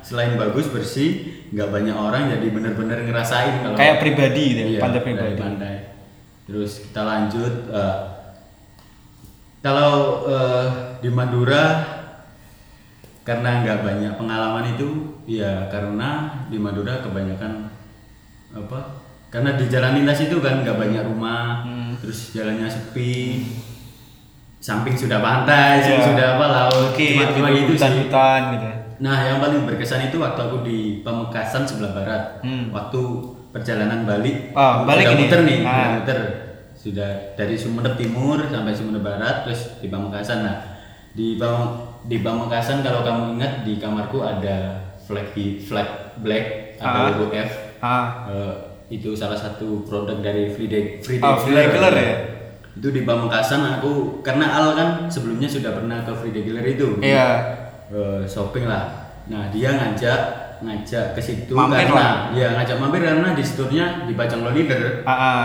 S2: selain bagus bersih nggak banyak orang jadi bener-bener ngerasain kalau
S1: kayak pribadi gitu ya,
S2: Iya,
S1: pantai
S2: dari
S1: pribadi
S2: pantai. terus kita lanjut eh, kalau eh, di Madura karena nggak banyak pengalaman itu ya karena di Madura kebanyakan apa karena di jalan lintas itu kan nggak banyak rumah
S1: Hmm.
S2: terus jalannya sepi samping sudah pantai
S1: Iya.
S2: sudah apa laut
S1: Bukit,
S2: cuma, cuma gitu
S1: hutan
S2: sih
S1: hutan gitu ya.
S2: Nah, yang paling berkesan itu waktu aku di Pamekasan sebelah barat.
S1: Hmm.
S2: Waktu perjalanan balik.
S1: Ah, balik
S2: sudah
S1: ini.
S2: muter nih,
S1: Ah.
S2: sudah muter. Sudah dari Sumeneb Timur sampai Sumeneb Barat terus di Pamekasan. Nah, di Pam di Pamekasan kalau kamu ingat di kamarku ada flag di flag black
S1: Ah.
S2: atau logo F.
S1: ah
S2: Eh, itu salah satu produk dari Free Day Free Day
S1: Oh, Free Day Killer ya?
S2: Itu di Pamekasan aku karena Al kan sebelumnya sudah pernah ke Free Day Killer itu
S1: iya
S2: eh, shopping lah. Nah dia ngajak ngajak ke situ
S1: Mampir
S2: karena ya ngajak mampir karena di store-nya di Bajang Lo Leader.
S1: ah, ah.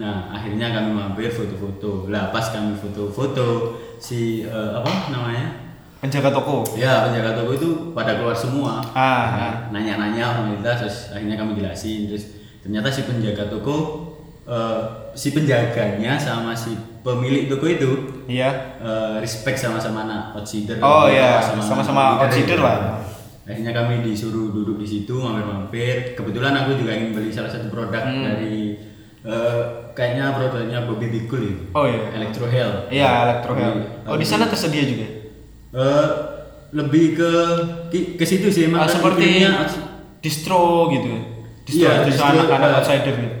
S2: Nah akhirnya kami mampir foto-foto. Lah pas kami foto-foto si eh, apa namanya?
S1: penjaga toko
S2: Ya penjaga toko itu pada keluar semua.
S1: Ah.
S2: Nah, Nanya-nanya sama kita terus akhirnya kami jelasin terus ternyata si penjaga toko eh, si penjaganya sama si pemilik toko itu
S1: iya
S2: eh, respect sama-sama anak outsider
S1: Oh, iya.
S2: Sama-sama anak
S1: Sama-sama outsider lah.
S2: akhirnya kami disuruh duduk di situ mampir-mampir kebetulan aku juga ingin beli salah satu produk
S1: Hmm.
S2: dari eh, kayaknya produknya Bobby Bikul ya
S1: Oh, iya.
S2: Electro Hell
S1: iya elektro
S2: Beli-
S1: oh di sana tersedia juga
S2: Eh, lebih ke ki- ke situ sih
S1: Ah,
S2: emang kan
S1: seperti
S2: iklimnya outs-
S1: distro gitu distro
S2: Iya,
S1: distro
S2: distro,
S1: anak-anak
S2: eh,
S1: outsider gitu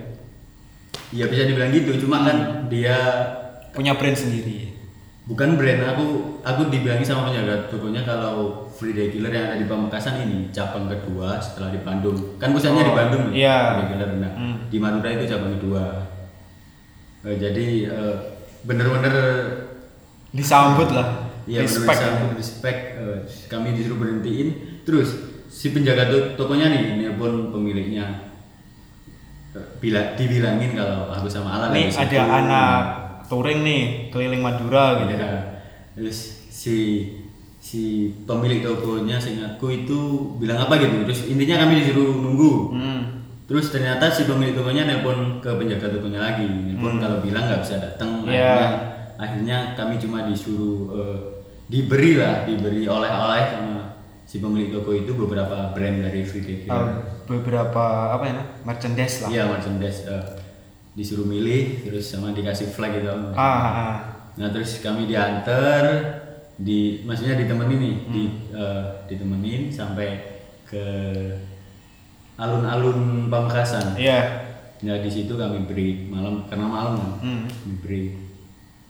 S2: ya bisa dibilang gitu cuma kan
S1: Hmm.
S2: dia
S1: punya brand sendiri
S2: bukan brand aku aku dibilangin sama penjaga tokonya kalau Free Day Killer yang ada di Pamekasan ini cabang kedua setelah di Bandung kan pusatnya
S1: Oh,
S2: di Bandung nih,
S1: iya.
S2: Free Day Killer nah
S1: Hmm.
S2: di Madura itu cabang kedua Eh, jadi eh, bener-bener
S1: disambut lah
S2: Iya respect,
S1: respect
S2: benar respect. eh, kami disuruh berhentiin. Terus si penjaga to- tokonya nih nelpon pemiliknya. Eh, Bila dibilangin kalau aku sama Alan
S1: nih
S2: habis
S1: ada
S2: itu.
S1: anak touring nih keliling Madura gitu
S2: Iya. Terus si si pemilik tokonya seingatku itu bilang apa gitu. Terus intinya kami disuruh nunggu.
S1: hmm.
S2: Terus ternyata si pemilik tokonya nelpon ke penjaga tokonya lagi. Nelpon kalau bilang nggak bisa datang.
S1: Iya.
S2: Akhirnya, akhirnya kami cuma disuruh eh, diberi lah, diberi oleh-oleh sama si pemilik toko itu beberapa brand dari Free Day Killer.
S1: Eh, beberapa apa ya nah, merchandise lah
S2: Iya, merchandise eh, disuruh milih terus sama dikasih flag gitu.
S1: ah, ah, ah.
S2: Nah, terus kami diantar di maksudnya ditemenin nih, di eh, ditemenin sampai ke alun-alun Pamekasan.
S1: iya
S2: Ya di situ kami beri malam karena malam kan.
S1: Hmm.
S2: Kami beri.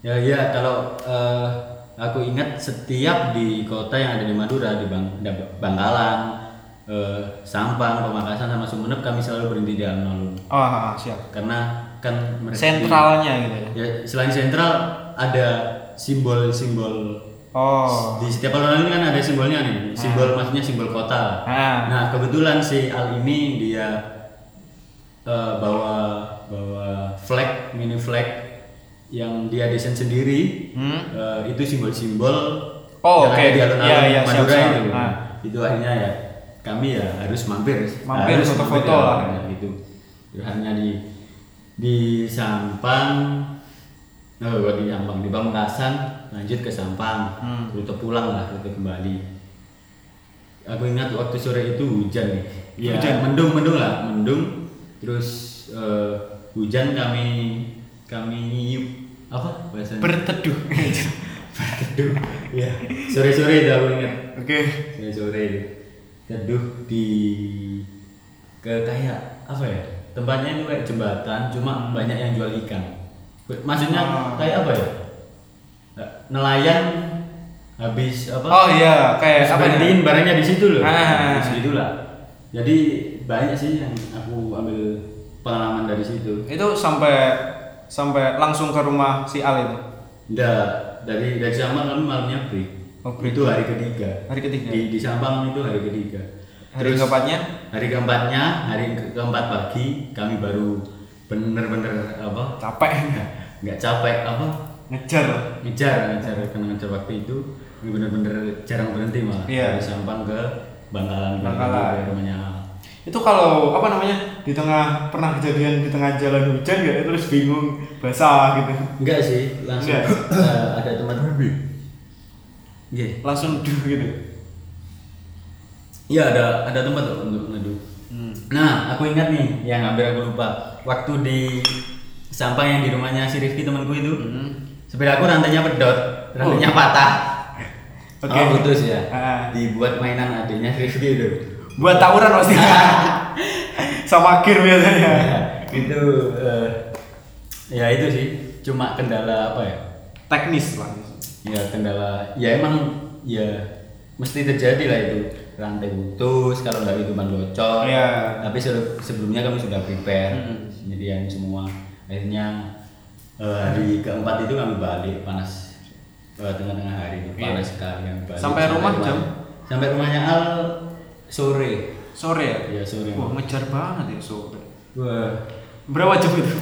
S2: Ya iya kalau eh, aku ingat setiap di kota yang ada di Madura di Bang da- Bangkalan, eh, Sampang, Pamekasan sama Sumeneb kami selalu berhenti di alun-alun
S1: ah, ah, ah, siap
S2: karena kan mereka
S1: sentralnya gitu ya
S2: di- ya selain sentral ada simbol-simbol
S1: oh
S2: di setiap alun-alun kan ada simbolnya nih
S1: Hmm.
S2: simbol maksudnya simbol kota
S1: ah.
S2: Nah kebetulan si Al ini dia eh, bawa bawa flag mini flag yang dia desain sendiri
S1: Hmm.
S2: Eh, itu simbol-simbol
S1: Oh,
S2: yang
S1: oke.
S2: ada di alun-alun
S1: Iya, iya, siap,
S2: Madura
S1: siap.
S2: itu.
S1: Ah.
S2: Itu akhirnya ya kami ya harus mampir
S1: Mampir,
S2: harus
S1: foto-foto
S2: ya,
S1: lah.
S2: ya, gitu Ya, hanya di di Sampang nah buat di Sampang di Pamekasan lanjut ke Sampang rute pulang lah rute kembali aku ingat waktu sore itu hujan nih ya,
S1: Hujan.
S2: mendung mendung lah mendung terus eh, hujan kami kami ngiyup apa bahasanya
S1: berteduh
S2: Teduh. ya sore sore dah aku ingat
S1: oke
S2: sore sore itu teduh di ke kayak apa ya tempatnya itu kayak jembatan cuma banyak yang jual ikan maksudnya
S1: Ah.
S2: kayak apa ya nelayan habis apa
S1: oh iya kayak apa ya?
S2: Sebandingin barangnya di situ loh.
S1: Ah.
S2: Di situ lah. Jadi banyak sih yang aku ambil pengalaman dari situ.
S1: itu sampai sampai langsung ke rumah si Al itu
S2: Nggak, dari dari Sampang kami malamnya break.
S1: Oh, break.
S2: Itu hari ketiga.
S1: hari ketiga
S2: Di di Sampang itu hari ketiga.
S1: hari keempatnya
S2: hari keempatnya, hari ke- keempat pagi kami baru bener-bener apa?
S1: capek
S2: nggak capek apa?
S1: ngejar
S2: ngejar ngejar karena ngejar waktu itu kami bener-bener jarang berhenti malah
S1: Iya.
S2: dari Sampang ke Bangkalan
S1: Bangkalan.
S2: ke rumahnya
S1: itu kalau apa namanya di tengah pernah kejadian di tengah jalan hujan ya terus bingung basah gitu
S2: Enggak sih, langsung
S1: Enggak.
S2: eh, ada teman Habib. Iya.
S1: langsung duh gitu
S2: Iya, ada ada tempat loh untuk neduh.
S1: Hmm.
S2: Nah, aku ingat nih yang hampir aku lupa. Waktu di sampah yang di rumahnya si Rifki temanku itu,
S1: Hmm.
S2: sepeda aku rantainya pedot, rantainya patah.
S1: Oh. Oke.
S2: Oh, putus ya.
S1: Ah.
S2: Dibuat mainan adiknya si Rifki itu.
S1: buat tawuran pasti sama gear biasanya
S2: itu eh, ya itu sih, cuma kendala apa ya?
S1: teknis lah
S2: ya kendala ya emang ya mesti terjadi lah itu rantai putus kalau nggak hitungan bocor
S1: Iya.
S2: tapi se- sebelumnya kami sudah prepare sendirian semua akhirnya eh, hari keempat itu kami balik panas eh, tengah-tengah hari itu panas sekali kami balik
S1: Iya. Sampai rumah jam?
S2: sampai rumahnya Al sore
S1: sore ya
S2: Iya, sore.
S1: wah ngejar banget ya sore
S2: wah
S1: berapa jam itu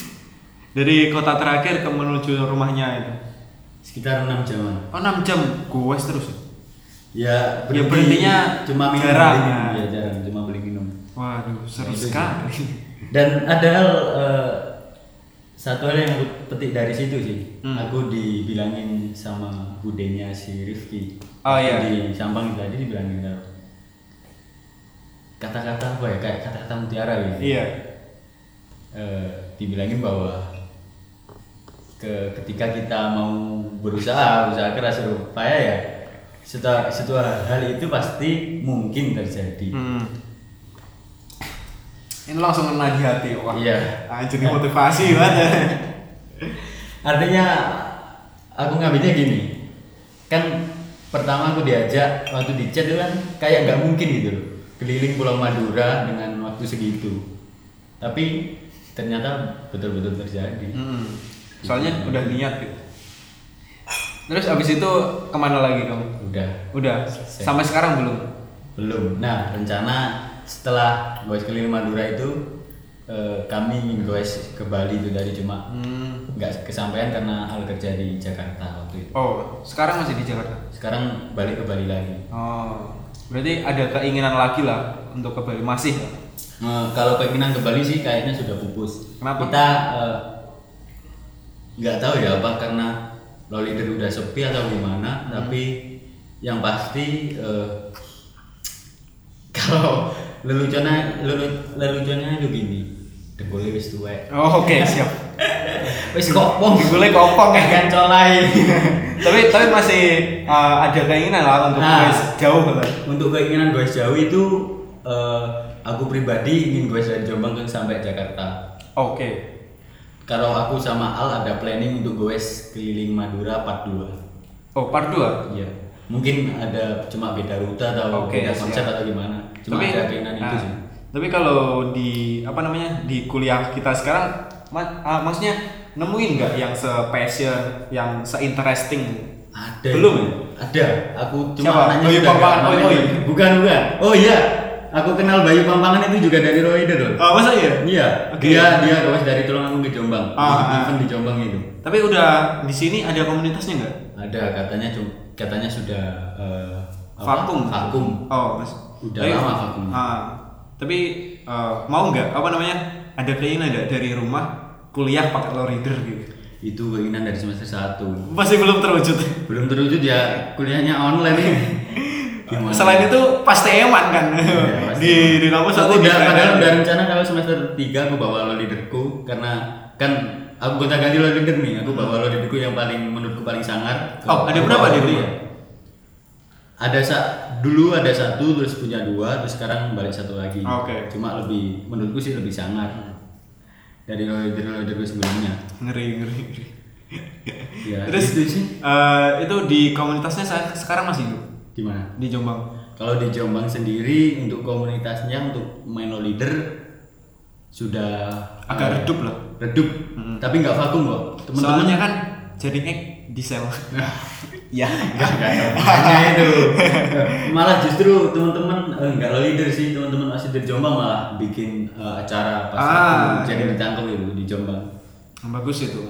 S1: dari kota terakhir ke menuju rumahnya itu
S2: sekitar enam jaman
S1: oh 6 jam gua terus ya?
S2: ya
S1: Ya, berhentinya
S2: cuma minum,
S1: jarang.
S2: beli minum. ya jarang cuma beli minum
S1: waduh seru
S2: Itu sih.
S1: sekali
S2: Dan ada hal eh, satu hal yang aku petik dari situ sih.
S1: Hmm.
S2: Aku dibilangin sama budenya si Rifki.
S1: Oh, iya.
S2: Di Sampang itu tadi dibilangin kalau kata-kata apa ya kayak kata-kata mutiara gitu.
S1: iya
S2: Eh, dibilangin bahwa ke ketika kita mau berusaha usaha keras berupaya ya setelah setelah hal itu pasti mungkin terjadi.
S1: Hmm. Ini langsung ngena di hati, wah.
S2: Iya.
S1: Anjir ini motivasi banget.
S2: Artinya aku ngambilnya gini. Kan pertama aku diajak waktu di chat itu kan kayak nggak mungkin gitu loh. Keliling Pulau Madura dengan waktu segitu. Tapi ternyata betul-betul terjadi.
S1: Hmm. Soalnya udah niat gitu. Terus abis itu kemana lagi kamu?
S2: Udah
S1: Udah. Sampai sekarang belum.
S2: belum. Nah, rencana setelah goes keliling Madura itu eh, kami goes ke Bali itu dari cuma
S1: Hmm.
S2: nggak kesampaian karena hal kerja di Jakarta waktu itu.
S1: Oh, sekarang masih di Jakarta.
S2: Sekarang balik ke Bali lagi.
S1: Oh, berarti ada keinginan lagi lah untuk ke Bali masih. ya?
S2: Eh, kalau keinginan ke Bali sih kayaknya sudah pupus.
S1: Kenapa?
S2: Kita eh, nggak tahu ya apa karena Lolider udah sepi atau gimana,
S1: Hmm.
S2: tapi yang pasti eh, kalau leluconnya lelu, leluconnya itu gini, degole wis tuwek.
S1: Oh, Oke siap.
S2: Wis kopong
S1: Degole kopong, ya.
S2: kan colai.
S1: tapi tapi masih uh, ada keinginan lah untuk
S2: Nah.
S1: guys jauh lah.
S2: Untuk keinginan gue jauh itu eh, aku pribadi ingin gue dari Jombang ke- sampai Jakarta.
S1: Oke.
S2: Kalau aku sama Al ada planning untuk goes keliling Madura part 2
S1: Oh, part 2.
S2: Iya. Mungkin ada cuma beda rute atau
S1: Oke,
S2: beda konsep
S1: siap.
S2: atau gimana. Cuma ada keinginan itu
S1: ah,
S2: sih.
S1: Tapi kalau di apa namanya di kuliah kita sekarang, ma- ah, maksudnya nemuin nggak yang se passion, yang se interesting?
S2: Ada.
S1: Belum ya?
S2: itu. Ada. Aku cuma
S1: Siapa?
S2: nanya
S1: Bayu
S2: sudah
S1: Pampangan, Oh, iya. Boy,
S2: nggak main.
S1: Boy.
S2: Bukan, bukan. Oh iya. Aku kenal Bayu Pampangan itu juga dari Roider loh.
S1: Oh, masa iya?
S2: Iya.
S1: Oke.
S2: Dia dia goes dari Tulungagung ke Jombang.
S1: Ah,
S2: Event di Jombang itu.
S1: Tapi udah di sini ada komunitasnya nggak?
S2: Ada katanya cum- katanya sudah eh, apa?
S1: Vakum.
S2: Vakum.
S1: Oh, mas.
S2: Udah
S1: Tapi-
S2: lama vakum.
S1: Ah, tapi eh, mau nggak apa namanya ada keinginan nggak dari rumah kuliah pakai low reader gitu
S2: itu keinginan dari semester 1
S1: masih belum terwujud
S2: belum terwujud ya kuliahnya online nih Gimana?
S1: selain itu pasti eman kan
S2: Ya, pasti.
S1: di di kampus pasti
S2: aku udah
S1: nggak ada.
S2: padahal udah rencana kalau semester 3 aku bawa lo leaderku karena kan aku gonta ganti lo leader nih aku bawa lo leaderku yang paling menurutku paling sangar
S1: Oh, ada
S2: Aku
S1: berapa
S2: bawa
S1: di
S2: dulu
S1: rumah?
S2: ya. ada sa- dulu ada satu terus punya dua terus sekarang balik satu lagi
S1: Oke.
S2: cuma lebih menurutku sih lebih sangar dari lo leader lo leaderku sebelumnya
S1: ngeri ngeri, ngeri.
S2: ya
S1: terus
S2: itu sih
S1: eh, itu di komunitasnya saat sekarang masih hidup
S2: gimana
S1: di Jombang
S2: Kalau di Jombang sendiri untuk komunitasnya untuk main lo leader sudah
S1: Agak
S2: eh,
S1: redup lah. Hmm.
S2: Redup. Tapi nggak vakum kok. Teman-teman
S1: soalnya kan jadi ek di sel ya
S2: Nggak, nggak ada hubungannya itu. malah justru teman-teman eh, nggak lo leader sih teman-teman masih di Jombang malah bikin eh, acara pas
S1: Ah,
S2: aku jadi ditangkap itu di Jombang.
S1: bagus itu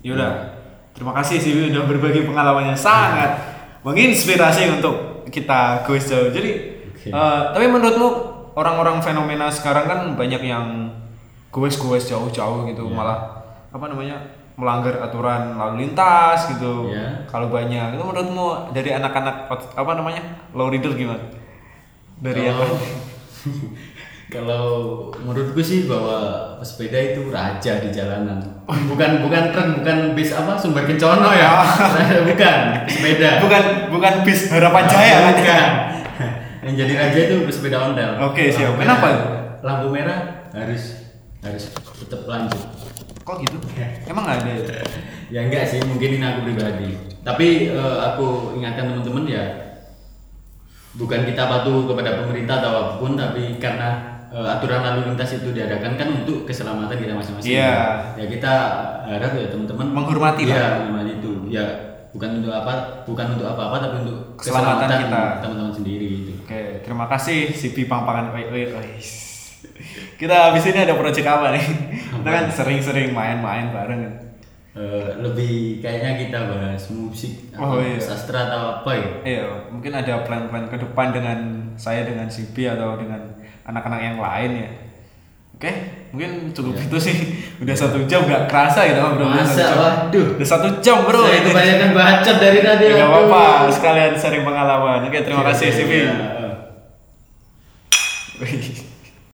S1: yaudah
S2: Hmm.
S1: terima kasih sih udah berbagi pengalamannya sangat menginspirasi untuk kita goes jauh jadi
S2: Oke.
S1: eh, tapi menurutmu orang-orang fenomena sekarang kan banyak yang goes goes jauh-jauh
S2: Ya.
S1: gitu malah apa namanya melanggar aturan lalu lintas gitu
S2: Iya.
S1: kalau banyak itu menurutmu dari anak-anak ot- apa namanya low reader gimana dari yang
S2: Kalau- Kalau menurutku sih bahwa pesepeda itu raja di jalanan.
S1: Oh.
S2: Bukan bukan tren, bukan bis apa sumber kencono ya. bukan, pesepeda.
S1: bukan bukan bis harapan jaya kan
S2: Bukan. Yang jadi raja itu pesepeda ondel.
S1: Oke, siap.
S2: Lampu
S1: Kenapa?
S2: merah- Lampu merah harus harus tetap lanjut.
S1: kok gitu emang nggak ada ya?
S2: Ya enggak sih, mungkin ini aku pribadi. Tapi eh, aku ingatkan teman-teman ya bukan kita patuh kepada pemerintah atau apapun tapi karena eh, aturan lalu lintas itu diadakan kan untuk keselamatan kita masing-masing.
S1: Iya.
S2: Ya kita harap ya teman-teman
S1: Menghormati lah.
S2: Iya, menghormati itu. Ya bukan untuk apa bukan untuk apa-apa tapi untuk
S1: Keselamatan
S2: keselamatan,
S1: kita.
S2: teman-teman sendiri gitu.
S1: Oke, terima kasih si Pi Pangpangan Oi Oi Oi. Kita habis ini ada project apa nih? Kita kan sering-sering main-main bareng. kan.
S2: Eh, lebih kayaknya kita bahas musik
S1: Oh,
S2: atau
S1: iya.
S2: sastra atau apa ya
S1: Iya, mungkin ada plan-plan ke depan dengan saya dengan si Pi atau dengan anak-anak yang lain ya. Oke, mungkin cukup itu sih. Udah satu jam gak kerasa gitu bro.
S2: Iya. Masa, waduh.
S1: Udah satu jam bro.
S2: saya
S1: Ini.
S2: kebanyakan bacot dari tadi Iya,
S1: Ya, nggak
S2: aduh.
S1: apa-apa, sekalian sharing pengalaman. Oke, terima kasih si Pi.
S2: Iya.
S1: Wih.